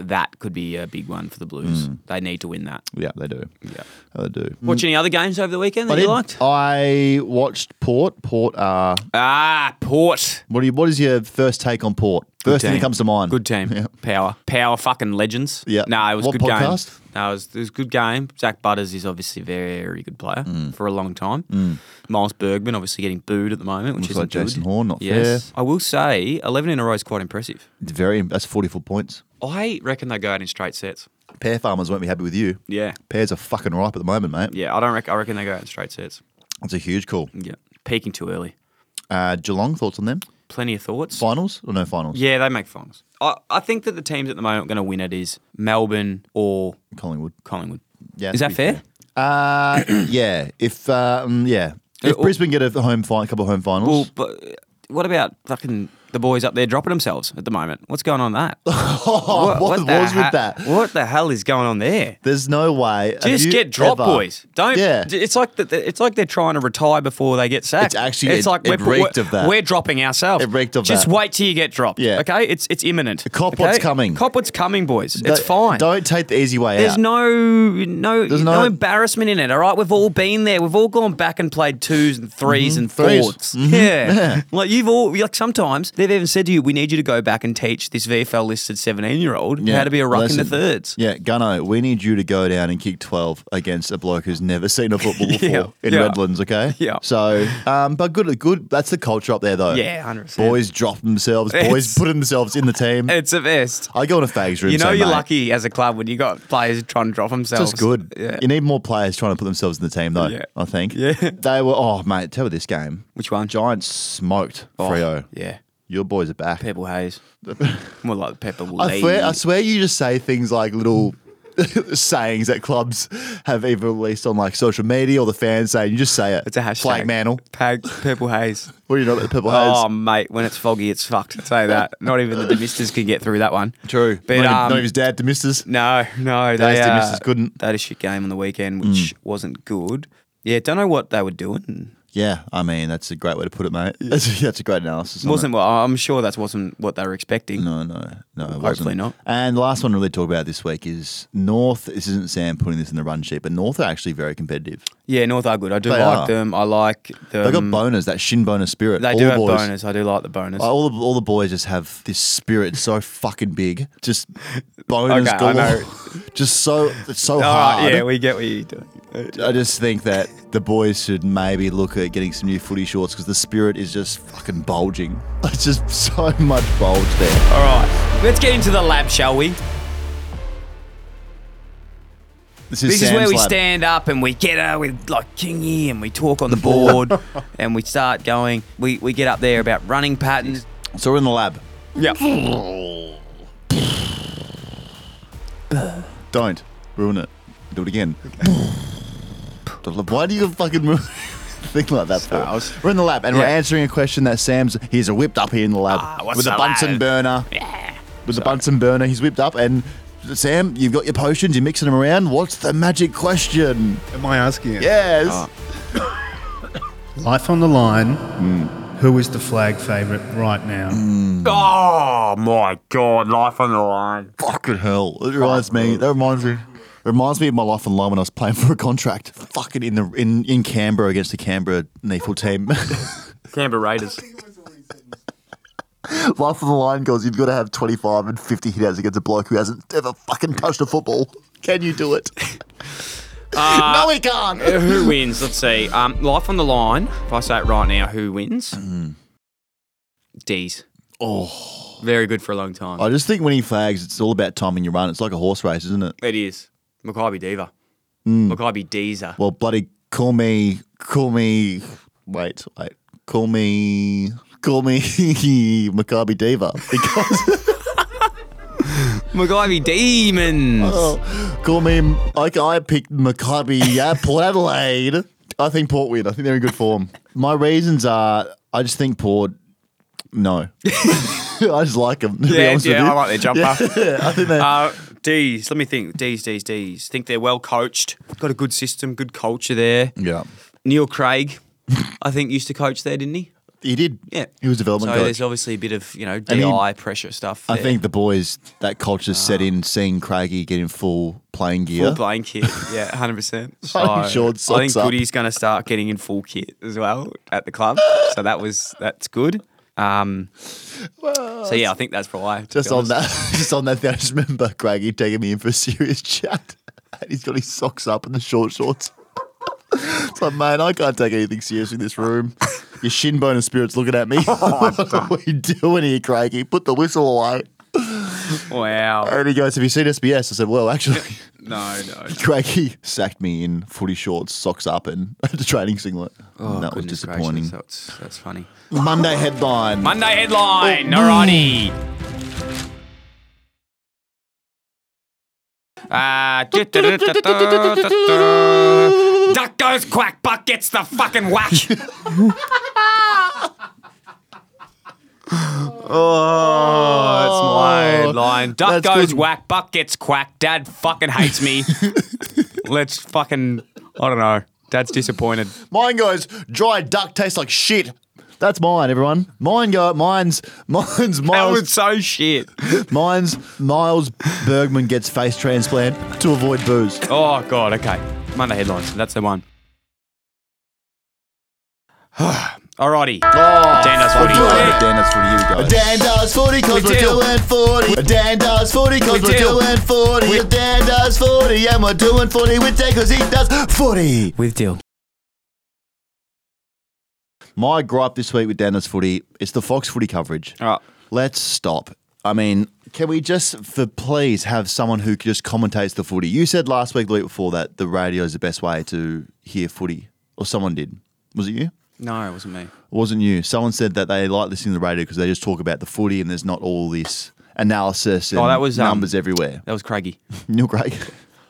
B: that could be a big one for the Blues. They need to win that.
C: Hmm. Yeah, they do. Oh,
B: Yeah.
C: They do.
B: Watch any other games over the weekend that
C: I,
B: you
C: did-
B: liked?
C: I watched Port. Port are
B: Ah, Port.
C: What, do you, what is your first take on Port? First thing that
B: team.
C: comes to mind.
B: Good team.
C: Yeah.
B: Power. Power fucking legends.
C: Yeah.
B: No, it was
C: What
B: good
C: podcast?
B: game. No, it was, it was a good game. Zach Butters is obviously a very good player
C: Mm.
B: for a long time. Miles Bergman obviously getting booed at the moment, which
C: Looks
B: is
C: like Jason Horn, not
B: yes. I will say 11 in a row is quite impressive.
C: It's very. That's forty-four points.
B: I reckon they go out in straight sets.
C: Pear farmers won't be happy with you.
B: Yeah.
C: Pears are fucking ripe at the moment, mate.
B: Yeah, I don't reckon I reckon they go out in straight sets.
C: That's a huge call.
B: Yeah. Peaking too early.
C: Uh, Geelong, thoughts on them?
B: Plenty of thoughts.
C: Finals or no finals?
B: Yeah, they make finals. I, I think that the teams at the moment going to win it is Melbourne or
C: Collingwood.
B: Collingwood.
C: Yeah,
B: is that
C: to be
B: fair? *clears throat*
C: Uh, yeah. If um, yeah, if
B: Uh,
C: Brisbane get a home fi- couple of home
B: Well,
C: *laughs* finals,
B: but uh, what about fucking the boys up there dropping themselves at the moment? What's going on
C: *laughs*
B: that?
C: Oh, what, was
B: the
C: with
B: ha-
C: that?
B: What the hell is going on there?
C: There's no way. Have
B: Just
C: you
B: get dropped,
C: ever-
B: boys. Don't.
C: Yeah.
B: It's like the, the- it's like they're trying to retire before they get sacked.
C: It's actually-
B: it's
C: it-
B: like
C: it
B: we're,
C: reeked
B: we're,
C: of that.
B: we're dropping ourselves.
C: It reeked of
B: Just
C: that.
B: wait till you get dropped.
C: Yeah.
B: Okay. It's it's imminent.
C: Cop what's coming.
B: Cop what's coming, boys. It's
C: Don't-
B: fine.
C: Don't take the easy way out.
B: There's no no
C: There's
B: no,
C: no-
B: embarrassment in it. All right, we've all been there. We've all gone back and played twos and 3s and
C: Mm-hmm. Threes.
B: 4s
C: *laughs*
B: Yeah. like you've all like sometimes they've even said to you, "We need you to go back and teach this VFL listed 17 year old
C: Yeah,
B: how to be a ruck in
C: listen.
B: the thirds.
C: Yeah, Gunno, we need you to go down and kick 12 against a bloke who's never seen
B: *laughs*
C: a football before
B: Yeah,
C: in
B: yeah.
C: Redlands, okay?
B: *laughs* Yeah.
C: So, um, but good, good. That's the culture up there, though.
B: Yeah, 100%.
C: Boys drop themselves, boys
B: It's-
C: put themselves in
B: *laughs*
C: the team.
B: It's the best.
C: I go in a fags room.
B: You know
C: so,
B: you're
C: mate,
B: lucky as a club when you got players trying to drop
C: It's
B: themselves.
C: just good.
B: Yeah.
C: You need more players trying to put themselves in the team, though,
B: Yeah.
C: I think.
B: Yeah.
C: They were, oh, mate, tell me this game.
B: Which one?
C: Giants smoked
B: Oh,
C: Freo.
B: Yeah.
C: Your boys are back. *laughs*
B: Pebble Hayes. More like Pepper will
C: I swear, I swear you just say things like little *laughs* sayings that clubs have either released on like social media or the fans saying. You just say it.
B: It's a hashtag.
C: Flag Mantle.
B: Pag, purple haze.
C: What do you know that Purple Haze?
B: Oh mate, when it's foggy, it's fucked. Say that. Not even the demisters can get through that one.
C: True.
B: but
C: not, even,
B: um,
C: not even his dad, to Misters.
B: no, no,
C: Days
B: they
C: to
B: uh,
C: misses couldn't. Hmm.
B: They had a shit game on the weekend, which wasn't good. Yeah, don't know what they were doing.
C: Yeah, I mean that's a great way to put it, mate. That's, *laughs* that's a great analysis. on
B: Wasn't well. I'm sure that wasn't what they were expecting.
C: it. No, no, no. It
B: Hopefully
C: wasn't.
B: not.
C: And the last one to really talk about this week is North. This isn't Sam putting this in the run sheet, but North are actually very competitive.
B: Yeah, North are good. I do
C: They
B: like
C: are.
B: them. I like them.
C: They got boners, that shin bonus spirit.
B: Um, They
C: All
B: do
C: the
B: have
C: boys-
B: bonus. I do like the bonus.
C: All the, all the boys just have this spirit so fucking big, just
B: *laughs*
C: boners
B: Okay, I
C: galore,
B: know.
C: *laughs* just so it's so
B: All
C: hard.
B: right, yeah, we get what you're doing.
C: I just think that the boys should maybe look at getting some new footy shorts because the spirit is just fucking bulging. *laughs* It's just so much bulge there.
B: All right, let's get into the lab, shall we? This is
C: Sam's
B: where we
C: lab.
B: stand up and we get out with like Kingy and we talk
C: *laughs*
B: on the board and we start going. We, we get up there about running patterns.
C: So we're in the lab.
B: Yeah.
C: Don't ruin it. Do it again. *laughs* Why do you fucking *laughs* move? Think like that. For?
B: was-
C: We're in the lab and we're
B: Yeah.
C: answering a question that Sam's. He's whipped up here in the lab
B: Ah, what's
C: with a
B: the
C: Bunsen
B: lab?
C: burner. With a Bunsen burner, he's whipped up and. Sam, you've got your potions, you're mixing them around. What's the magic question?
F: Am I asking it?
C: Yes.
B: Ah.
F: Life on the line.
C: Hmm.
F: Who is the flag favourite right now?
B: Oh my god, life on the line.
C: Fucking hell. It reminds me. That reminds me. It reminds me of my life in line when I was playing for a contract. Fucking in the in, in Canberra against the Canberra Neefle team.
B: *laughs*
C: *laughs*
B: Canberra Raiders.
C: life on the line goes, you've got to have 25 and 50 hit outs against a bloke who hasn't ever fucking touched a football. Can you do it? no, he can't.
B: Uh, eh, who wins? Let's see. Um, life on the line. If I say it right now, who wins?
C: Mm.
B: D's.
C: Oh,
B: Very good for a long time.
C: I just think when he flags, it's all about timing your run. It's like a horse race, isn't it?
B: it is. Maccabi Diva.
C: Mm.
B: Maccabi Deezer.
C: Well, bloody call me, call me. Wait, wait, call me, call me *laughs* Maccabi Diva because.
B: Maccabi Demons.
C: Oh, *laughs* call me. I, I picked Maccabi.
B: *laughs*
C: Yeah, Port Adelaide. I think Port win. I think they're in good form. My reasons are I just think Port. No, *laughs* I just like them. To be
B: yeah,
C: honest with
B: yeah,
C: you.
B: I like their jumper.
C: *laughs* Yeah, I think they.
B: Uh, D's. Let me think. D's, D's, D's. Think they're well coached. Got a good system, good culture there.
C: yeah,
B: Neil Craig, I think, used to coach there, didn't he?
C: he did.
B: Yeah.
C: he was
B: So
C: development
B: there's
C: coach.
B: obviously a bit of you know DI
C: mean,
B: pressure stuff.
C: I
B: there. Ah.
C: think the boys that culture set in seeing Craigie get in full playing gear.
B: full playing
C: *laughs*
B: kit. Yeah, hundred percent.
C: Fucking short
B: I think
C: socks up.
B: Goody's going to start getting in full kit as well at the club. So that was that's good. Um, so yeah, I think that's probably to
C: Just
B: be
C: on
B: honest.
C: that, *laughs* just on that, thing, I just remember Craigie taking me in for a serious chat, *laughs* and he's got his socks up and the short shorts. it's like, man, I can't take anything serious in this room. Your shin bone and spirit's looking at *laughs* me. what are we doing here, Craigie? Put the whistle away.
B: Wow.
C: And he goes, "Have you seen SBS?" I said, "Well, actually."
B: No, no. no.
C: *laughs* Craigie sacked me in footy shorts, socks up, and *laughs* a training singlet.
B: Oh,
C: that was
B: goodness gracious,
C: disappointing.
B: That's, that's funny.
C: Monday headline.
B: Monday headline.
C: Oh,
B: Alrighty. Uh, Duck goes quack, buck gets the fucking whack. oh, that's my line. Duck
C: That's
B: goes
C: good.
B: whack, buck gets quack. Dad fucking hates me.
C: Oh. *laughs*
B: Let's fucking, I don't know. Dad's disappointed.
C: Mine goes dried duck tastes like shit. That's mine, everyone. Mine go. Mine's mine's
B: That
C: Miles.
B: was so shit.
C: mine's Miles Bergman gets face transplant to avoid *laughs* booze.
B: Oh god, okay. Monday headlines. That's the one. Alrighty. Dan does footy.
C: We're
B: Yeah.
C: doing it. Dan does footy. Here we go. Dan does footy because
B: We
C: we're
B: do.
C: doing footy. A Dan does footy
B: We
C: because we're
B: do.
C: doing footy. A Dan does footy and we're doing footy with Dan because he does footy.
B: With Dill.
C: My gripe this week with Dan does footy is the Fox footy coverage.
B: Alright.
C: Let's stop. I mean, can we just, for please, have someone who just commentates the footy? You said last week, the week before, that the radio is the best way to hear footy, or someone did. Was it you? It
B: No, it wasn't me.
C: wasn't you. Someone said that they like listening to the radio because they just talk about the footy and there's not all this analysis and
B: Oh, that was, um,
C: numbers everywhere.
B: That was Craigie.
C: Neil Craig.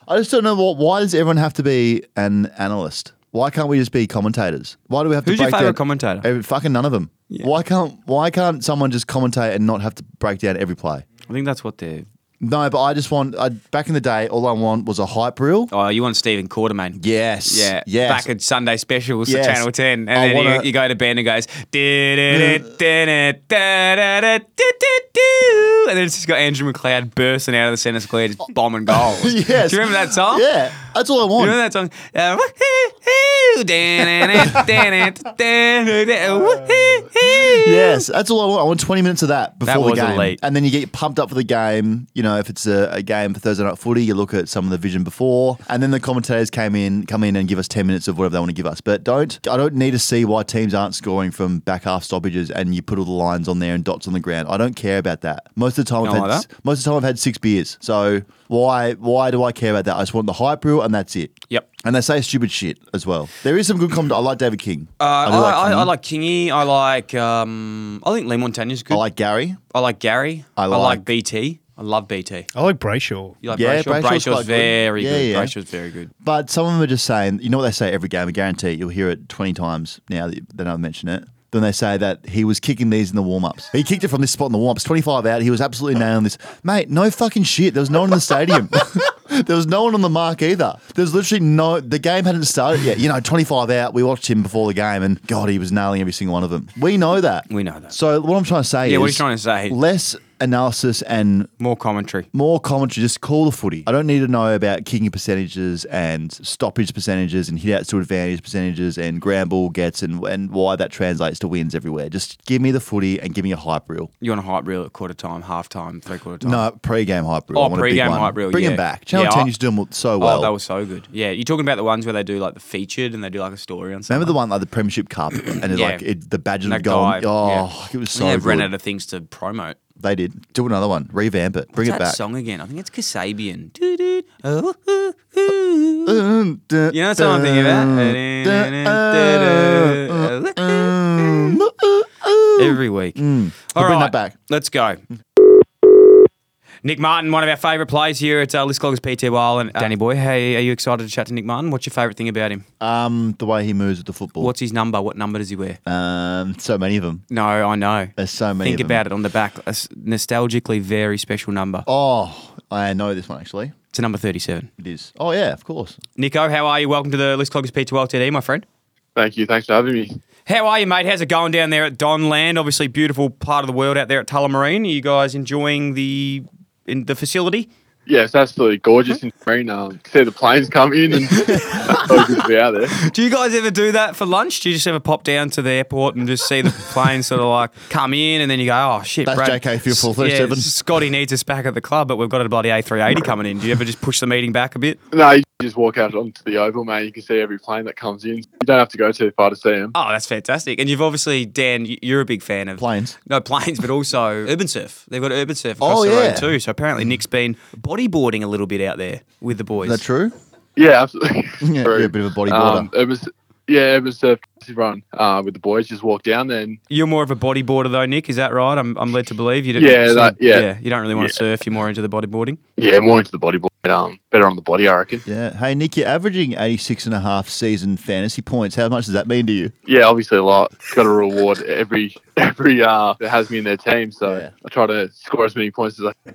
C: I just don't know what, why does everyone have to be an analyst? Why can't we just be commentators? Why do we have to
B: Who's your
C: break
B: favourite
C: down
B: commentator?
C: every- fucking none of them. Why can't Why can't someone just commentate and not have to break down every play?
B: I think that's what they're.
C: No, but I just want. I, back in the day, all I want was a hype reel.
B: Oh, you want Stephen Quartermain?
C: Yes.
B: Yeah. *laughs*
C: Yes.
B: Back at Sunday specials
C: Yes.
B: to Channel 10. And
C: I
B: then
C: wanna-
B: you, you go to band and goes, "Do-do-do-do-do-do-do-do-do." and then it's just got Andrew McLeod bursting out of the centre square, just bombing goals.
C: yes.
B: Do you remember that song?
C: Yeah, that's all I
B: You
C: want.
B: know that song? Uh, woo-hoo-hoo, da-na-na, da-na-na, da-na-na, woo-hoo-hoo.
C: Yes, that's all I want. I want 20 minutes of that before
B: That was
C: the game.
B: elite.
C: And then you get pumped up for the game. You know, if it's a, a game for Thursday night footy, you look at some of the vision before. And then the commentators came in, come in and give us 10 minutes of whatever they want to give us. But don't, I don't need to see why teams aren't scoring from back half stoppages and you put all the lines on there and dots on the ground. I don't care about that. Most of the time, I've
B: Don't
C: had,
B: like that?
C: most of the time I've had six beers. So why, why do I care about that? I just want the hype rule and that's it.
B: Yep.
C: And they say stupid shit as well. There is some good comment. I like David King.
B: Uh, I,
C: do
B: I, I,
C: King.
B: like Kingy. I like. Um, I think Lee Montagna's good.
C: I like Gary.
B: I like Gary.
C: I
B: I like,
C: like-
B: BT. I love BT.
F: I like Brayshaw.
B: You like
C: Yeah,
B: yeah,
C: Brayshaw's
B: Brayshaw?
C: quite
B: Brayshaw's,
C: good.
B: very
C: Yeah,
B: good.
C: yeah.
B: Brayshaw's very good.
C: But some of them are just saying, you know what they say every game, I guarantee it, you'll hear it 20 times now that, that I've mentioned it. Then they say that he was kicking these in the warm ups. He kicked it from this spot in the warm ups, 25 out. He was absolutely nailing this. Mate, no fucking shit. There was no one in the stadium. *laughs* there was no one on the mark either. There was literally no, the game hadn't started yet. You know, 25 out. We watched him before the game and God, he was nailing every single one of them. We know that.
B: We know that.
C: So what I'm trying to say
B: Yeah,
C: is
B: what are you trying to say?
C: less analysis and
B: More commentary.
C: more commentary, just call the footy. I don't need to know about kicking percentages and stoppage percentages and hit outs to advantage percentages and ground ball gets and, and why that translates to wins everywhere. Just give me the footy and give me a hype reel.
B: You want a hype reel at quarter time, half time, three quarter time?
C: No, pre-game hype reel.
B: Oh,
C: I want a big
B: pre-game
C: one.
B: hype reel,
C: Bring
B: yeah.
C: them back. Channel
B: Yeah,
C: 10
B: I-
C: used to do them so
B: Oh,
C: well.
B: that was so good. Yeah, you're talking about the ones where they do like the featured and they do like a story on something.
C: Remember the one like the Premiership Cup and it,
B: Yeah.
C: like it, the badges
B: That
C: would go
B: dive,
C: on. Oh, it was so
B: they
C: good.
B: ran out of things to promote.
C: They did. Do another one. Revamp it. Bring
B: What's
C: it
B: that
C: back.
B: song again? I think it's Kasabian. Doo-doo. Oh, ooh, ooh. You know what song I'm thinking about? Every week. All
C: Mm. We'll bring that
B: right,
C: back.
B: Let's go. Nick Martin, one of our favourite players here at uh, List Cloggers PT Wild and uh, Danny Boy. Hey, are you excited to chat to Nick Martin? What's your favourite thing about him?
C: Um, the way he moves with the football.
B: What's his number? What number does he wear?
C: um, so many of them.
B: No, I know.
C: There's so many.
B: Think
C: of them.
B: about it on the back. A s- nostalgically very special number.
C: Oh, I know this one actually.
B: It's a number 37.
C: It is. Oh yeah, of course.
B: Nico, how are you? Welcome to the List Cloggers PT Wild TD, my friend.
G: Thank you. Thanks for having me.
B: How are you, mate? How's it going down there at Donland? Obviously, beautiful part of the world out there at Tullamarine. Are you guys enjoying the in the facility?
G: Yeah, it's absolutely gorgeous in Marine. Um, see the planes come
B: *laughs*
G: in and so good to be out there.
B: Do you guys ever do that for lunch? Do you just ever pop down to the airport and just
C: *laughs*
B: see the plane sort of like come in and then you go, oh shit,
C: That's
B: Brad,
C: JK Field for
B: S-
C: 37.
B: Yeah, Scotty needs us back at the club, but we've got a bloody A380 coming in. Do you ever just push the meeting back a bit?
G: No, you just walk out onto the oval, man. You can see every plane that comes in. You don't have to go too far to see them.
B: Oh, that's fantastic. And you've obviously, Dan, y- you're a big fan of
C: Planes.
B: No, planes, but also Urban Surf. They've got Urban Surf across
C: Oh,
B: the
C: yeah.
B: road too. So apparently Nick's been bodyboarding a little bit out there with the boys.
C: Is that true? *laughs*
B: *laughs*
G: Yeah, absolutely.
C: Yeah,
G: True.
C: you're a bit of a bodybuilder.
G: Um, it was, yeah, it was a run uh, with the boys. Just walk down there. And,
B: You're more of a bodyboarder though, Nick. Is that right? I'm, I'm led to believe you. don't-
G: Yeah,
B: sort of-
G: that- yeah.
B: You don't really want
G: Yeah.
B: to surf. You're more into the bodyboarding.
G: yeah, more into the body, but um, better on the body, I reckon.
C: yeah. Hey Nick, you're averaging 86 and a half season fantasy points. How much does that mean to you?
G: Yeah, obviously a lot. Got to reward every *laughs* every uh that has me in their team. So
C: Yeah.
G: I try to score as many points as I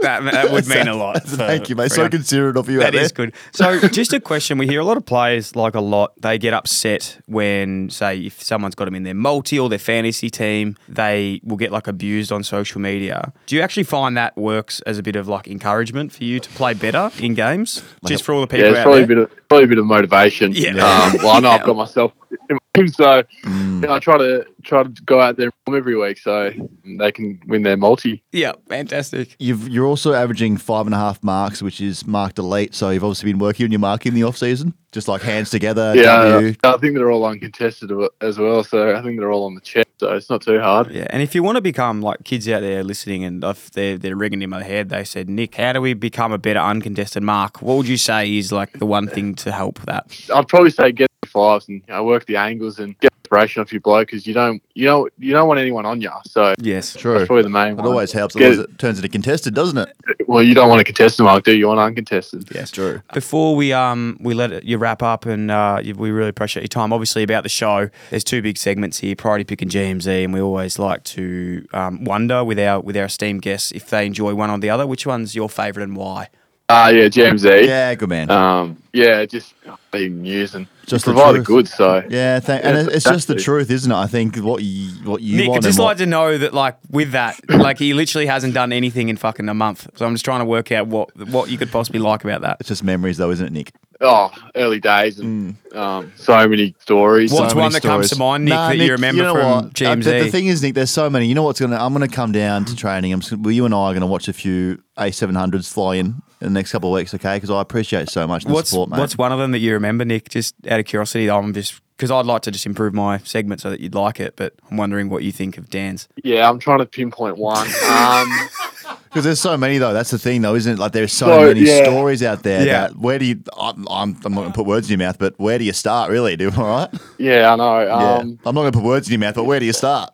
B: That, that would mean a lot.
C: Thank you, mate. So considerate of you out
B: That
C: there.
B: is good. So, just a question: We hear a lot of players, like a lot, they get upset when, say, if someone's got them in their multi or their fantasy team, they will get like abused on social media. Do you actually find that works as a bit of like encouragement for you to play better in games, just for all the people
G: Yeah, it's
B: out there?
G: probably a bit of probably a bit of motivation.
B: Yeah.
G: Um, well, I know I've got myself in my team, so
C: Mm.
G: you know, I try to try to go out there and perform every week so they can win their multi.
B: yeah, fantastic.
C: You've, you're also averaging five and a half marks, which is marked elite. So you've obviously been working on your marking in the off season, just like hands together.
G: Yeah,
C: W.
G: I think they're all uncontested as well, so I think they're all on the chest, so it's not too hard.
B: Yeah, and if you want to become like kids out there listening, and if they're they're ringing in my head, they said, Nick, how do we become a better uncontested mark? What would you say is like the one thing to help that?
G: I'd probably say get fives and you know, work the angles and get inspiration off your bloke because you don't you don't you don't want anyone on you. So
B: Yes.
C: True.
G: that's probably the main
C: It
G: one.
C: always helps.
G: Get
C: Otherwise, it turns into contested, doesn't it?
G: Well, you don't want a contested mark, do you? You want uncontested.
C: Yes, true.
B: Before we um we let it- you wrap up and uh, you- we really appreciate your time. Obviously about the show, there's two big segments here: priority pick and GMZ, and we always like to um, wonder with our with our esteemed guests if they enjoy one or the other. Which one's your favourite and why?
G: Ah, yeah, GMZ.
C: Yeah, good man.
G: Um, yeah, just even news and
C: Just
G: just
C: the
G: provide a
C: truth.
G: good. So
C: yeah, thank, and it- it's just the
G: Exactly.
C: truth, isn't it? I think what you what you
B: Nick,
C: want.
B: I'd just
C: and what-
B: like to know that, like, with that, *coughs* like, he literally hasn't done anything in fucking a month. So I'm just trying to work out what what you could possibly like about that.
C: it's just memories, though, isn't it, Nick?
G: oh, early days and um, so many stories.
B: What's
C: Mm. so
B: one
C: many
B: that comes
C: stories.
B: to mind, Nick,
C: Nah,
B: that you remember
C: know
B: from
C: what? Uh,
B: GMZ?
C: the, the thing is, Nick, there's so many. You know what's gonna? I'm gonna come down to training. I'm. Just, well, you and I are gonna watch a few A700s fly in in the next couple of weeks, okay? Because I appreciate so much the
B: what's
C: support, mate.
B: what's one of them that you remember, Nick? Just out of curiosity, I'm just because I'd like to just improve my segment so that you'd like it, but I'm wondering what you think of Dan's.
G: Yeah, I'm trying to
C: *laughs*
G: pinpoint one. Um,
C: Because there's so many though. That's the thing though, isn't it? Like there's so,
G: So,
C: many
G: yeah.
C: stories out there.
B: Yeah.
C: That where do you? I'm, I'm, I'm not gonna put words in your mouth, but where do you start? Really? Do all right?
G: yeah, I know.
C: Yeah.
G: Um,
C: I'm not gonna put words in your mouth, but where do you start?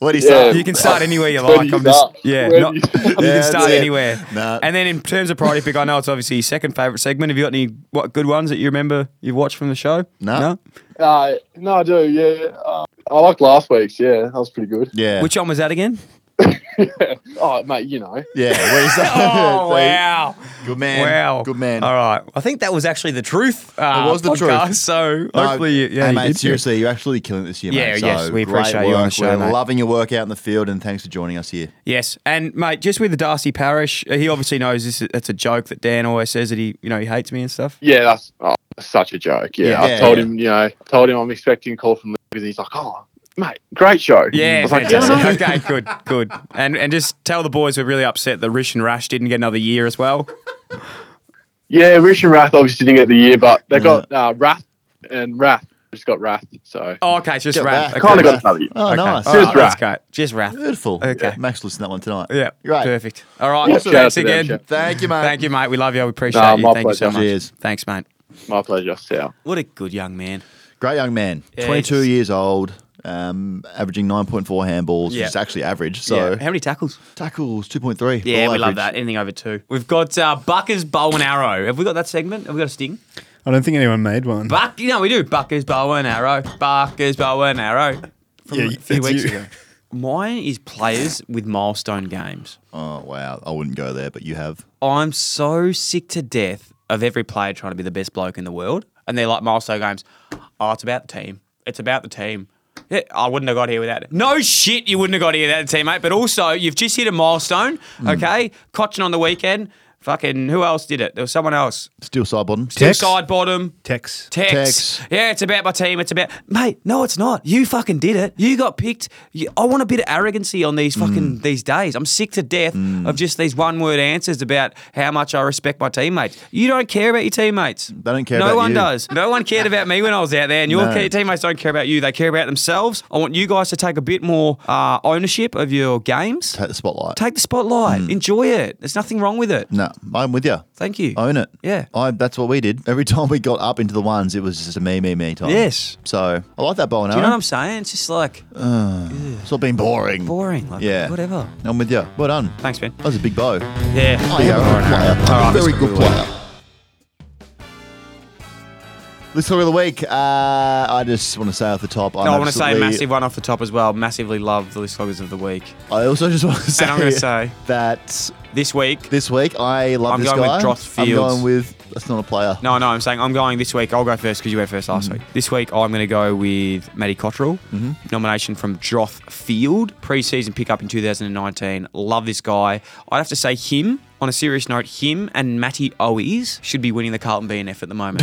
C: Where do you
G: Yeah.
C: start?
B: You can start anywhere
G: *laughs*
B: you
G: Where
B: like.
G: do
B: I'm
G: you
B: just
G: start? *laughs*
B: yeah,
G: Where
B: not-
G: do
B: you
G: you-
C: Yeah,
B: can
C: that's
B: start
C: it.
B: anywhere.
C: Nah.
B: And then in terms of priority pick, I know it's obviously your second favorite segment. Have you got any what good ones that you remember you've watched from the show?
C: No.
G: uh, no, I do. Yeah, uh, I liked last week's. Yeah, that was pretty good.
C: Yeah.
B: Which one was that
C: *laughs*
B: again?
G: Oh, mate, you know.
C: yeah. Where do
B: *laughs*
C: you *laughs* start?
B: Oh
C: See?
B: wow!
C: Good man.
B: Wow,
C: Good man.
B: All right, I think that was actually the truth. Uh,
C: It was the
B: podcast,
C: truth.
B: So
C: No,
B: hopefully, you- yeah,
C: hey,
B: you
C: mate,
B: did good.
C: seriously, you're absolutely killing it this year,
B: Yeah,
C: mate.
B: yes,
C: So,
B: we
C: great
B: appreciate you on the
C: work.
B: show,
C: We're
B: mate.
C: loving your work out in the field, and thanks for joining us here.
B: Yes, and mate, just with the Darcy Parish, he obviously knows this. That's a joke that Dan always says that he, you know, he hates me and stuff.
G: Yeah, that's oh, such a joke. Yeah,
C: Yeah.
G: I
C: Yeah,
G: told
C: yeah.
G: him. You know, told him I'm expecting a call from Liv, and he's like, "Oh, mate, great show." I
B: Yeah,
G: was like,
B: fantastic.
G: "Yeah, I
B: *laughs*
G: know."
B: okay, good, good, and and just tell the boys we're really upset that Rish and Rash didn't get another year as well.
G: Yeah, Rich and Wrath obviously didn't get the year, but they got uh, Wrath and Wrath just got Wrath. So
B: Oh, okay, it's just
C: Get
B: Wrath.
C: back.
B: Okay.
G: kind of got another year.
C: Oh,
B: Okay.
C: nice.
B: All right,
G: Just Wrath.
B: That's great. Just Wrath.
C: Beautiful.
B: Okay.
C: Max listened to that one tonight.
B: Yeah,
C: Great.
B: perfect. All right,
G: Yeah, shout out
B: thanks
G: to them,
B: again.
G: shout-
C: Thank you, mate.
B: Thank you, mate. We love you. We appreciate
G: Nah,
B: you.
G: my
B: Thank you so
G: pleasure.
B: much.
C: Cheers.
B: Thanks, mate.
G: My pleasure. See ya.
B: What a good young man.
C: Great young man.
B: Yeah,
C: 22
B: he's-
C: years old, um, averaging 9.4 handballs,
B: Yeah.
C: which is actually average.
B: Yeah.
C: So
B: How many tackles?
C: tackles, 2.3.
B: Yeah,
C: below
B: we love
C: average.
B: that. Anything over two. We've got uh, Buckers, bow and arrow. Have we got that segment? Have we got a sting?
F: I don't think anyone made one.
B: Buck, you know we do. Buckers, bow and arrow. Buckers, bow and arrow. From
F: Yeah,
B: a few
F: that's
B: weeks
F: you.
B: ago. Mine is players with milestone games.
C: Oh, wow. I wouldn't go there, but you have.
B: I'm so sick to death of every player trying to be the best bloke in the world, and they're like milestone games. Oh, it's about the team. It's about the team. Yeah, I wouldn't have got here without it. No shit, you wouldn't have got here without the team, mate. But also, you've just hit a milestone.
F: Mm.
B: Okay, Cochin on the weekend. Fucking who else did it? There was someone else.
C: Still side bottom.
B: Two
F: Tex?
B: Side bottom.
F: Tex.
B: Tex.
C: Tex.
B: Yeah, it's about my team. It's about mate. No, it's not. You fucking did it. You got picked. You, I want a bit of arrogancy on
C: Mm.
B: these fucking these days. I'm sick to death of just these one word answers about how much I respect my teammates. You don't care about your teammates. They
C: don't care
B: No
C: about
B: one
C: you.
B: does. No one cared about me when I was out there, and your
C: *laughs* No.
B: ca- teammates don't care about you. They care about themselves. I want you guys to take a bit more uh, ownership of your games.
C: Take the spotlight.
B: Take the spotlight. Enjoy it. There's nothing wrong with it.
C: mm. no, I'm with you.
B: Thank you.
C: Own it.
B: Yeah.
C: I, that's what we did. Every *laughs* time we got up into the ones, it was just a me, me, me time.
B: Yes.
C: So I like that bow and
B: you know what
C: arrow.
B: I'm saying? It's just like
C: It's not been boring.
B: boring. Like,
C: Yeah.
B: Whatever.
C: I'm with you. Well done.
B: Thanks, Ben.
C: That was a big bow.
B: Yeah.
C: I am a good player. I'm a very good player. Listener of the week. Uh, I just want to say off the top, I'm
B: No, I want to say a
C: absolutely-
B: massive one off the top as well. Massively love the list loggers of the week.
C: I also just want to say,
B: And I'm going to say
C: that
B: this week.
C: this week I love
B: I'm
C: this
B: going with
C: guy.
B: Dross
C: I'm
B: Fields.
C: going with that's not a player.
B: No, no, I'm saying I'm going this week. I'll go first because you went first last week. This week, I'm going to go with Matty Cottrell. Nomination from Droth Field, preseason pickup in 2019. Love this guy. I'd have to say him, on a serious note, him and Matty Owies should be winning the Carlton BNF at the moment.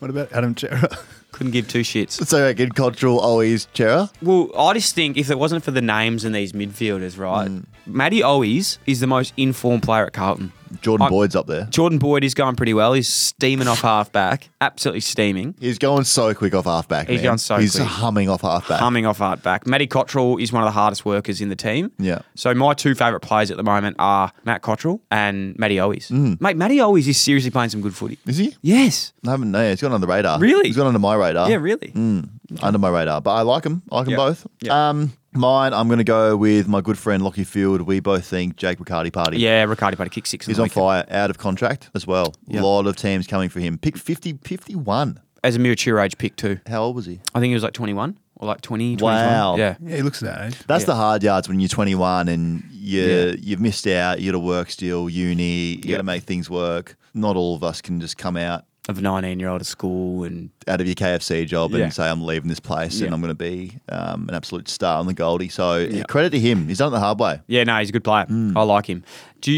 F: What about Adam Chera?
B: Couldn't give two shits.
C: So I get cultural always Chera.
B: Well, I just think if it wasn't for the names in these midfielders, right? Matty Owies is the most informed player at Carlton.
C: Jordan
B: I'm-
C: Boyd's up there.
B: Jordan Boyd is going pretty well. He's steaming off halfback, absolutely steaming.
C: He's going so quick off halfback.
B: He's
C: man.
B: going so
C: He's
B: quick.
C: humming off halfback.
B: Humming off halfback. Matty Cottrell is one of the hardest workers in the team.
C: Yeah.
B: So my two favourite players at the moment are Matt Cottrell and Matty Owies.
C: Mm.
B: Mate, Matty Owies is seriously playing some good footy.
C: Is he?
B: Yes.
C: I haven't. No, he's gone under the radar.
B: Really?
C: He's gone under my radar.
B: Yeah, really.
C: Mm. under my radar, but I like them. I like them
B: Yeah.
C: both.
B: Yeah.
C: Um, mine, I'm going to go with my good friend Lockie Field. We both think Jake Riccardi Party.
B: Yeah, Riccardi played a kick six. in
C: He's
B: the
C: on
B: weekend.
C: fire, out of contract as well. A
B: Yeah.
C: lot of teams coming for him. Pick 50, 51.
B: As a mature age pick too.
C: How old was he?
B: I think he was like 21 or like 20, 21.
C: Wow.
B: Yeah.
F: *laughs* Yeah, he looks that age.
C: That's the hard yards when you're 21 and you
B: Yeah.
C: you've missed out. You got to work still, uni. You got
B: Yeah.
C: to make things work. Not all of us can just come out
B: Of a 19 year old at school and
C: out of your KFC job
B: Yeah.
C: and say I'm leaving this place
B: Yeah.
C: and I'm going to be um, an absolute star on the Goldie. So credit to him. He's done it the hard way.
B: Yeah, no, he's a good player.
C: Mm.
B: I like him. Do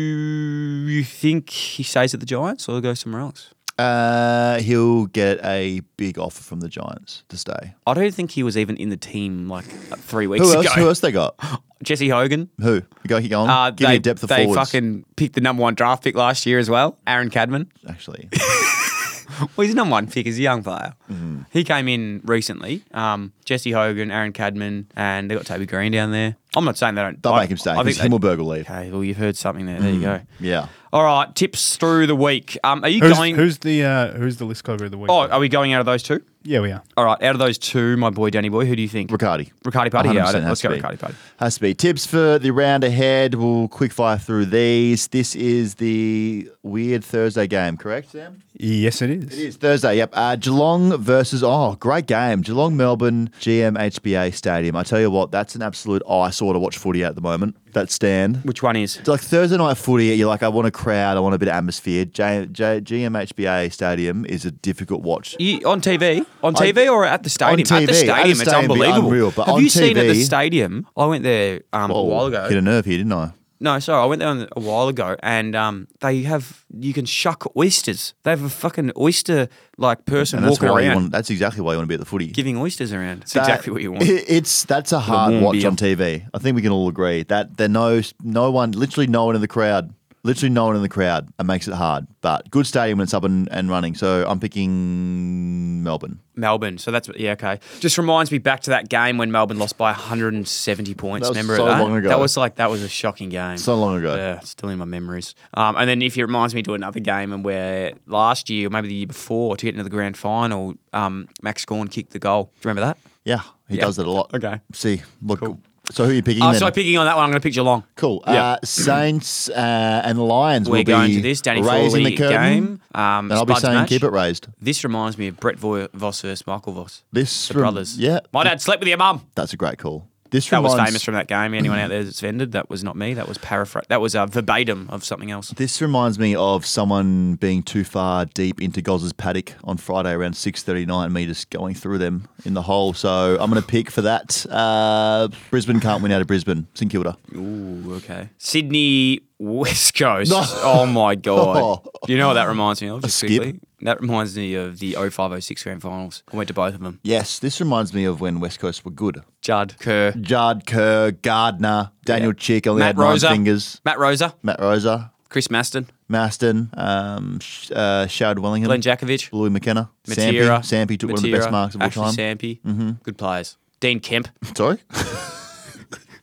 B: you, you think he stays at the Giants or goes somewhere else?
C: Uh, he'll get a big offer from the Giants to stay.
B: I don't think he was even in the team like uh, three weeks
C: Who
B: ago.
C: else? Who else
B: *gasps*
C: they got?
B: Jesse Hogan.
C: Who? Go keep going.
B: Uh,
C: Give
B: they
C: me a depth of
B: they
C: forwards.
B: fucking picked the number one draft pick last year as well. Aaron Cadman.
C: Actually,
B: Well, he's a number one pick. He's a young player.
C: Hmm.
B: He came in recently. Um, Jesse Hogan, Aaron Cadman, and they got Toby Green down there. I'm not saying they don't.
C: they'll
B: I-
C: make him stay
B: I think
C: because
B: they-
C: Himmelberg will leave.
B: Okay, well, you've heard something there. There you go.
C: Yeah.
B: All right, tips through the week. Um, are you
F: Who's,
B: going?
F: who's the uh, who's the list cover of the week?
B: oh, are we going out of those two?
F: yeah, we are.
B: All right, out of those two, my boy Danny Boy, who do you think?
C: Riccardi.
B: Riccardi Party. Yeah, I-
C: 100% has
B: let's
C: to
B: go
C: be.
B: Riccardi Party.
C: Has to be. Tips for the round ahead. We'll quick fire through these. This is the weird Thursday game, correct, Sam?
F: Yes, it is.
C: It is Thursday, yep. Uh, Geelong versus, oh, great game. Geelong Melbourne GMHBA Stadium. I tell you what, that's an absolute eyesore to watch footy at the moment. That stand.
B: Which one is?
C: It's like Thursday night footy, you're like, I want a crowd, I want a bit of atmosphere. J- J- GMHBA Stadium is a difficult watch.
B: You, on TV, on TV, or at the
C: on
B: stadium? at
C: TV,
B: the stadium,
C: at the
B: it's
C: stadium, it'd be
B: unbelievable.
C: unreal, but
B: Have
C: on
B: you seen at the
C: TV
B: stadium? I went there um, a while ago.
C: Hit a nerve here, didn't I?
B: No, sorry, I went there on- a while ago, and um, they have you can shuck oysters. They have a fucking oyster like person
C: And that's
B: walking
C: why you
B: around
C: want. That's exactly why you want to be at the footy.
B: giving oysters around. It's
C: That-
B: exactly what you want.
C: it- it's that's a hard
B: warm
C: watch
B: beer.
C: on TV. I think we can all agree that there no no one, literally no one in the crowd, literally no one in the crowd, and makes it hard. But good stadium when it's up and, and running. So I'm picking Melbourne.
B: Melbourne. So that's yeah, okay. Just reminds me back to that game when Melbourne lost by 170 points.
C: That was
B: Remember
C: so
B: that?
C: long ago.
B: That was like that was a shocking game.
C: So long ago.
B: Yeah, it's still in my memories. Um, and then if it reminds me to another game and where last year or maybe the year before to get into the grand final, um, Max Gorn kicked the goal. Do you remember that?
C: Yeah, he
B: Yeah.
C: does it a lot.
B: Okay.
C: See, look. So who are you picking?
B: Oh,
C: then?
B: so picking on that one, I'm going to pick Geelong.
C: Cool.
B: Yeah.
C: Uh, Saints uh, and Lions
B: We're
C: will be
B: going to this Danny
C: raising
B: Foley
C: the curtain,
B: game. Um,
C: and I'll be
B: Spuds
C: saying
B: match.
C: keep it raised.
B: This reminds me of Brett Vo- Voss versus Michael Voss.
C: This
B: the
C: rem-
B: brothers.
C: Um, yeah.
B: my dad slept with your mum.
C: That's a great call. This
B: That was
C: reminds,
B: famous from that game. Anyone out there that's vended, that was not me. That was paraphrase. That was a verbatim of something else.
C: This reminds me of someone being too far deep into Goz's paddock on Friday around six thirty nine. Me just going through them in the hole. So I'm going to pick for that. Uh, Brisbane can't win out of Brisbane. St Kilda.
B: Ooh, okay. Sydney West
C: *laughs*
B: Coast. Oh my god. You know what that reminds me of? Just
C: skip.
B: quickly. That reminds me of the 0506 grand finals. I went to both of them.
C: Yes, this reminds me of when West Coast were good.
B: Judd Kerr.
C: Jard Kerr, Gardner, Daniel Chick only
B: Matt
C: had nine
B: Rosa.
C: fingers.
B: Matt Rosa.
C: Matt Rosa,
B: Chris Maston.
C: Maston, um, Sh- uh, Shard Wellingham,
B: Glenn Jakovic.
C: Louis McKenna,
B: Matera.
C: Sampi. Sampi took one of the best
B: Matera,
C: marks of all
B: Ashley
C: time. Mm-hmm.
B: Sampi. Good players. Dean
C: *laughs*
B: Kemp.
C: Sorry,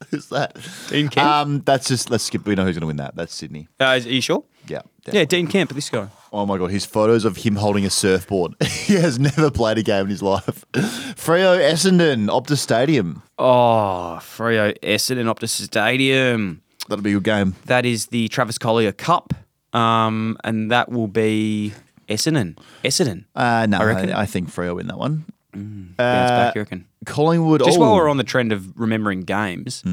C: who's that?
B: Dean Kemp.
C: Um, that's just let's skip. We know who's going to win that. That's Sydney.
B: Uh, is- Uh, are you sure?
C: Yeah.
B: Yeah,
C: definitely.
B: Dean Kemp, this guy.
C: Oh my god, his photos of him holding a surfboard. *laughs* he has never played a game in his life. Freo Essendon, Optus Stadium.
B: Oh, Frio Essendon Optus Stadium.
C: That'll be a good game.
B: That is the Travis Collier Cup. Um, and that will be Essendon. Essendon.
C: Uh, no,
B: I reckon.
C: I, I think Freo win that one.
B: Bounce back, you reckon?
C: Collingwood.
B: Just
C: oh,
B: while we're on the trend of remembering games,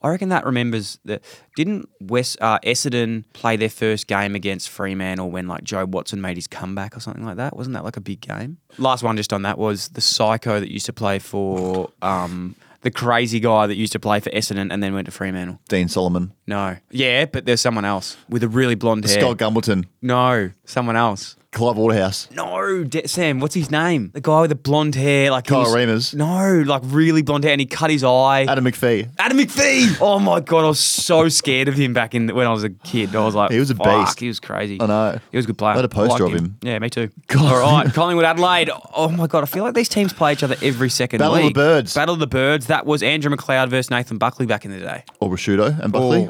B: I reckon that remembers that didn't West uh, Essendon play their first game against Fremantle when like Joe Watson made his comeback or something like that? Wasn't that like a big game? Last one just on that was the psycho that used to play for um, the crazy guy that used to play for Essendon and then went to Fremantle.
C: Dean Solomon,
B: No, yeah, but there's someone else with a really blonde hair.
C: Scott Gumbleton.
B: no, someone else.
C: Clive Waterhouse.
B: No, De- Sam, what's his name? The guy with the blonde hair, like he
C: Kyle
B: was-
C: Remus.
B: No, like really blonde hair, and he cut his eye.
C: Adam McPhee.
B: Adam
C: *laughs*
B: McPhee. Oh my god, I was so scared of him back in when I was a kid. I was like,
C: He was a
B: "Fuck,
C: beast."
B: He was crazy.
C: I know.
B: He was a good player.
C: I had a poster
B: liked
C: of him.
B: Yeah, me
C: *laughs*
B: too.
C: God.
B: All right, Collingwood Adelaide. Oh my god, I feel like these teams play each other every second.
C: Battle of the
B: league.
C: Birds.
B: Battle of the Birds. That was Andrew McLeod versus Nathan Buckley back in the day.
C: Or Prosciutto and Buckley.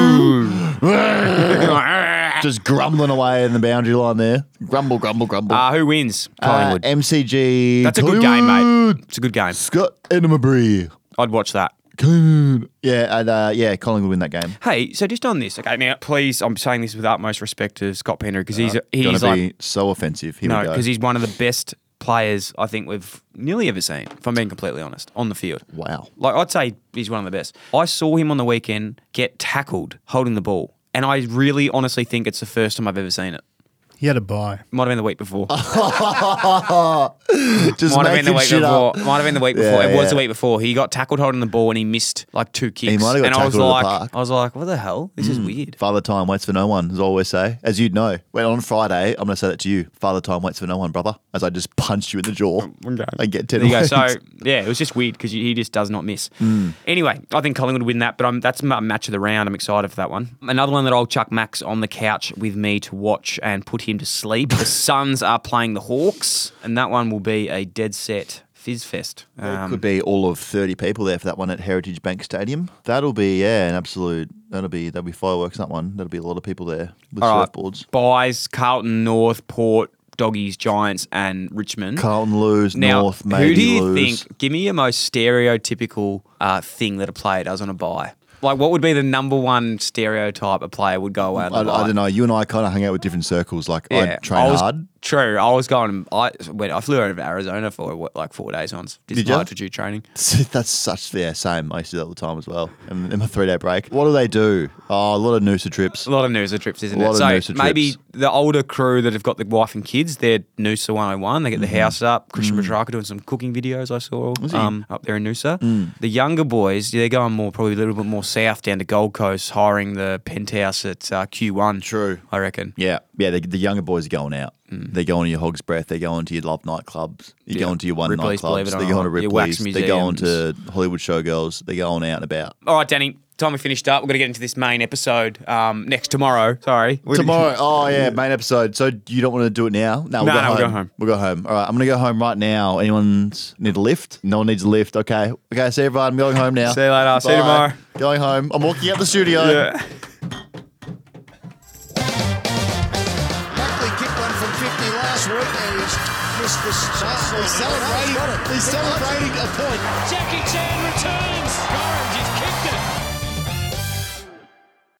B: Oh.
C: *laughs* Just grumbling away in the boundary line there. Grumble, grumble, grumble.
B: Uh, who wins?
C: Oh. Uh,
B: Collingwood.
C: MCG.
B: That's a good game, mate.
C: Collingwood.
B: It's a good game.
C: Scott Edinburgh.
B: I'd watch that.
C: Collingwood. Yeah, and, uh, yeah, Collingwood win that game.
B: Hey, so just on this, okay? Now, please, I'm saying this with utmost respect to Scott Penner because he's
C: Uh, Gonna
B: he's
C: be
B: like
C: so offensive. Here
B: no,
C: we go.
B: because he's one of the best players I think we've nearly ever seen. If I'm being completely honest, on the field.
C: wow.
B: Like I'd say he's one of the best. I saw him on the weekend get tackled holding the ball, and I really, honestly think it's the first time I've ever seen it.
F: He had a buy.
B: Might have been the week
C: *laughs*
B: before.
C: Just
B: *laughs* Might have been the
C: making
B: week
C: shit
B: before.
C: up.
B: Might have been the week
C: Yeah,
B: before. It was the
C: yeah.
B: week before. He got tackled holding the ball and he missed like two kicks.
C: might have got
B: and I was
C: tackled at
B: like,
C: the park. Mm.
B: I was like, what the hell? This is weird.
C: Father time waits for no one, as I always say. As you'd know. Well, on Friday, I'm going to say that to you. Father time waits for no one, brother. As I just *laughs* punched you in the jaw.
B: Um,
C: I get 10
B: There you go.
C: wins.
B: So yeah, it was just weird because he just does not miss.
C: Mm.
B: Anyway, I think Collingwood win that, but I'm, that's my match of the round. I'm excited for that one. Another one that I'll chuck Max on the couch with me to watch and put him to sleep.
C: *laughs*
B: The Suns are playing the Hawks, and that one will be a dead set fizz fest.
C: There
B: Um,
C: could be all of thirty people there for that one at Heritage Bank Stadium. That'll be yeah, an absolute. That'll be that'll be fireworks. That one. That'll be a lot of people there with
B: all right,
C: surfboards.
B: Buys, Carlton, North, Port, Doggies, Giants, and Richmond.
C: Carlton lose.
B: Now,
C: North. Maybe
B: who do you
C: lose.
B: think? Give me your most stereotypical uh, thing that a player does on a buy. Like, what would be the number one stereotype a player would go away on?
C: I,
B: a buy?
C: I don't know. You and I kind of hung out with different circles. Like I train
B: was,
C: hard. *laughs*
B: True, I was going. I went. I flew out of Arizona for what, like four days on just
C: Did ya?
B: altitude training.
C: That's such yeah. Same. I used to do that all the time as well. And in my three day break, what do they do? Oh, a lot of noosa trips.
B: A lot of Noosa trips, isn't it?
C: A lot of
B: so
C: Noosa
B: maybe
C: trips.
B: the older crew that have got the wife and kids, they're Noosa 101. They get the
C: Mm-hmm.
B: house up. Christian
C: Mm.
B: Petrarca doing some cooking videos I saw um, up there in Noosa.
C: Mm.
B: The younger boys, they're going more, probably a little bit more south down to Gold Coast, hiring the penthouse at uh, Q1.
C: True.
B: I reckon.
C: Yeah, yeah. The, the younger boys are going out. They're going to your Hog's Breath. They're going to your Love nightclubs. You're
B: Mm. Yeah.
C: going to your one
B: Ripley's, believe
C: nightclubs.
B: it or
C: They're going to
B: not, your wax
C: Ripley's. They're going to
B: museums.
C: Hollywood showgirls. They're going out and about.
B: All right, Danny. Time we finished up. We're going to get into this main episode um, next tomorrow. Sorry. We're-
C: Tomorrow. Oh yeah, main episode. So you don't want to do it now? No, we'll,
B: No,
C: go,
B: no,
C: home.
B: we'll go home.
C: We'll go home. All right, I'm gonna go home right now. Anyone need a lift? No one needs a lift. Okay. Okay. See everyone. I'm going home now.
B: See you later. See you
C: Bye.
B: tomorrow.
C: Going home. I'm walking out the studio.
B: Yeah.
D: Buckley kicked one from 50 last week and he's missed the shot. He's celebrating, he's celebrating a point.
E: Jackie Chan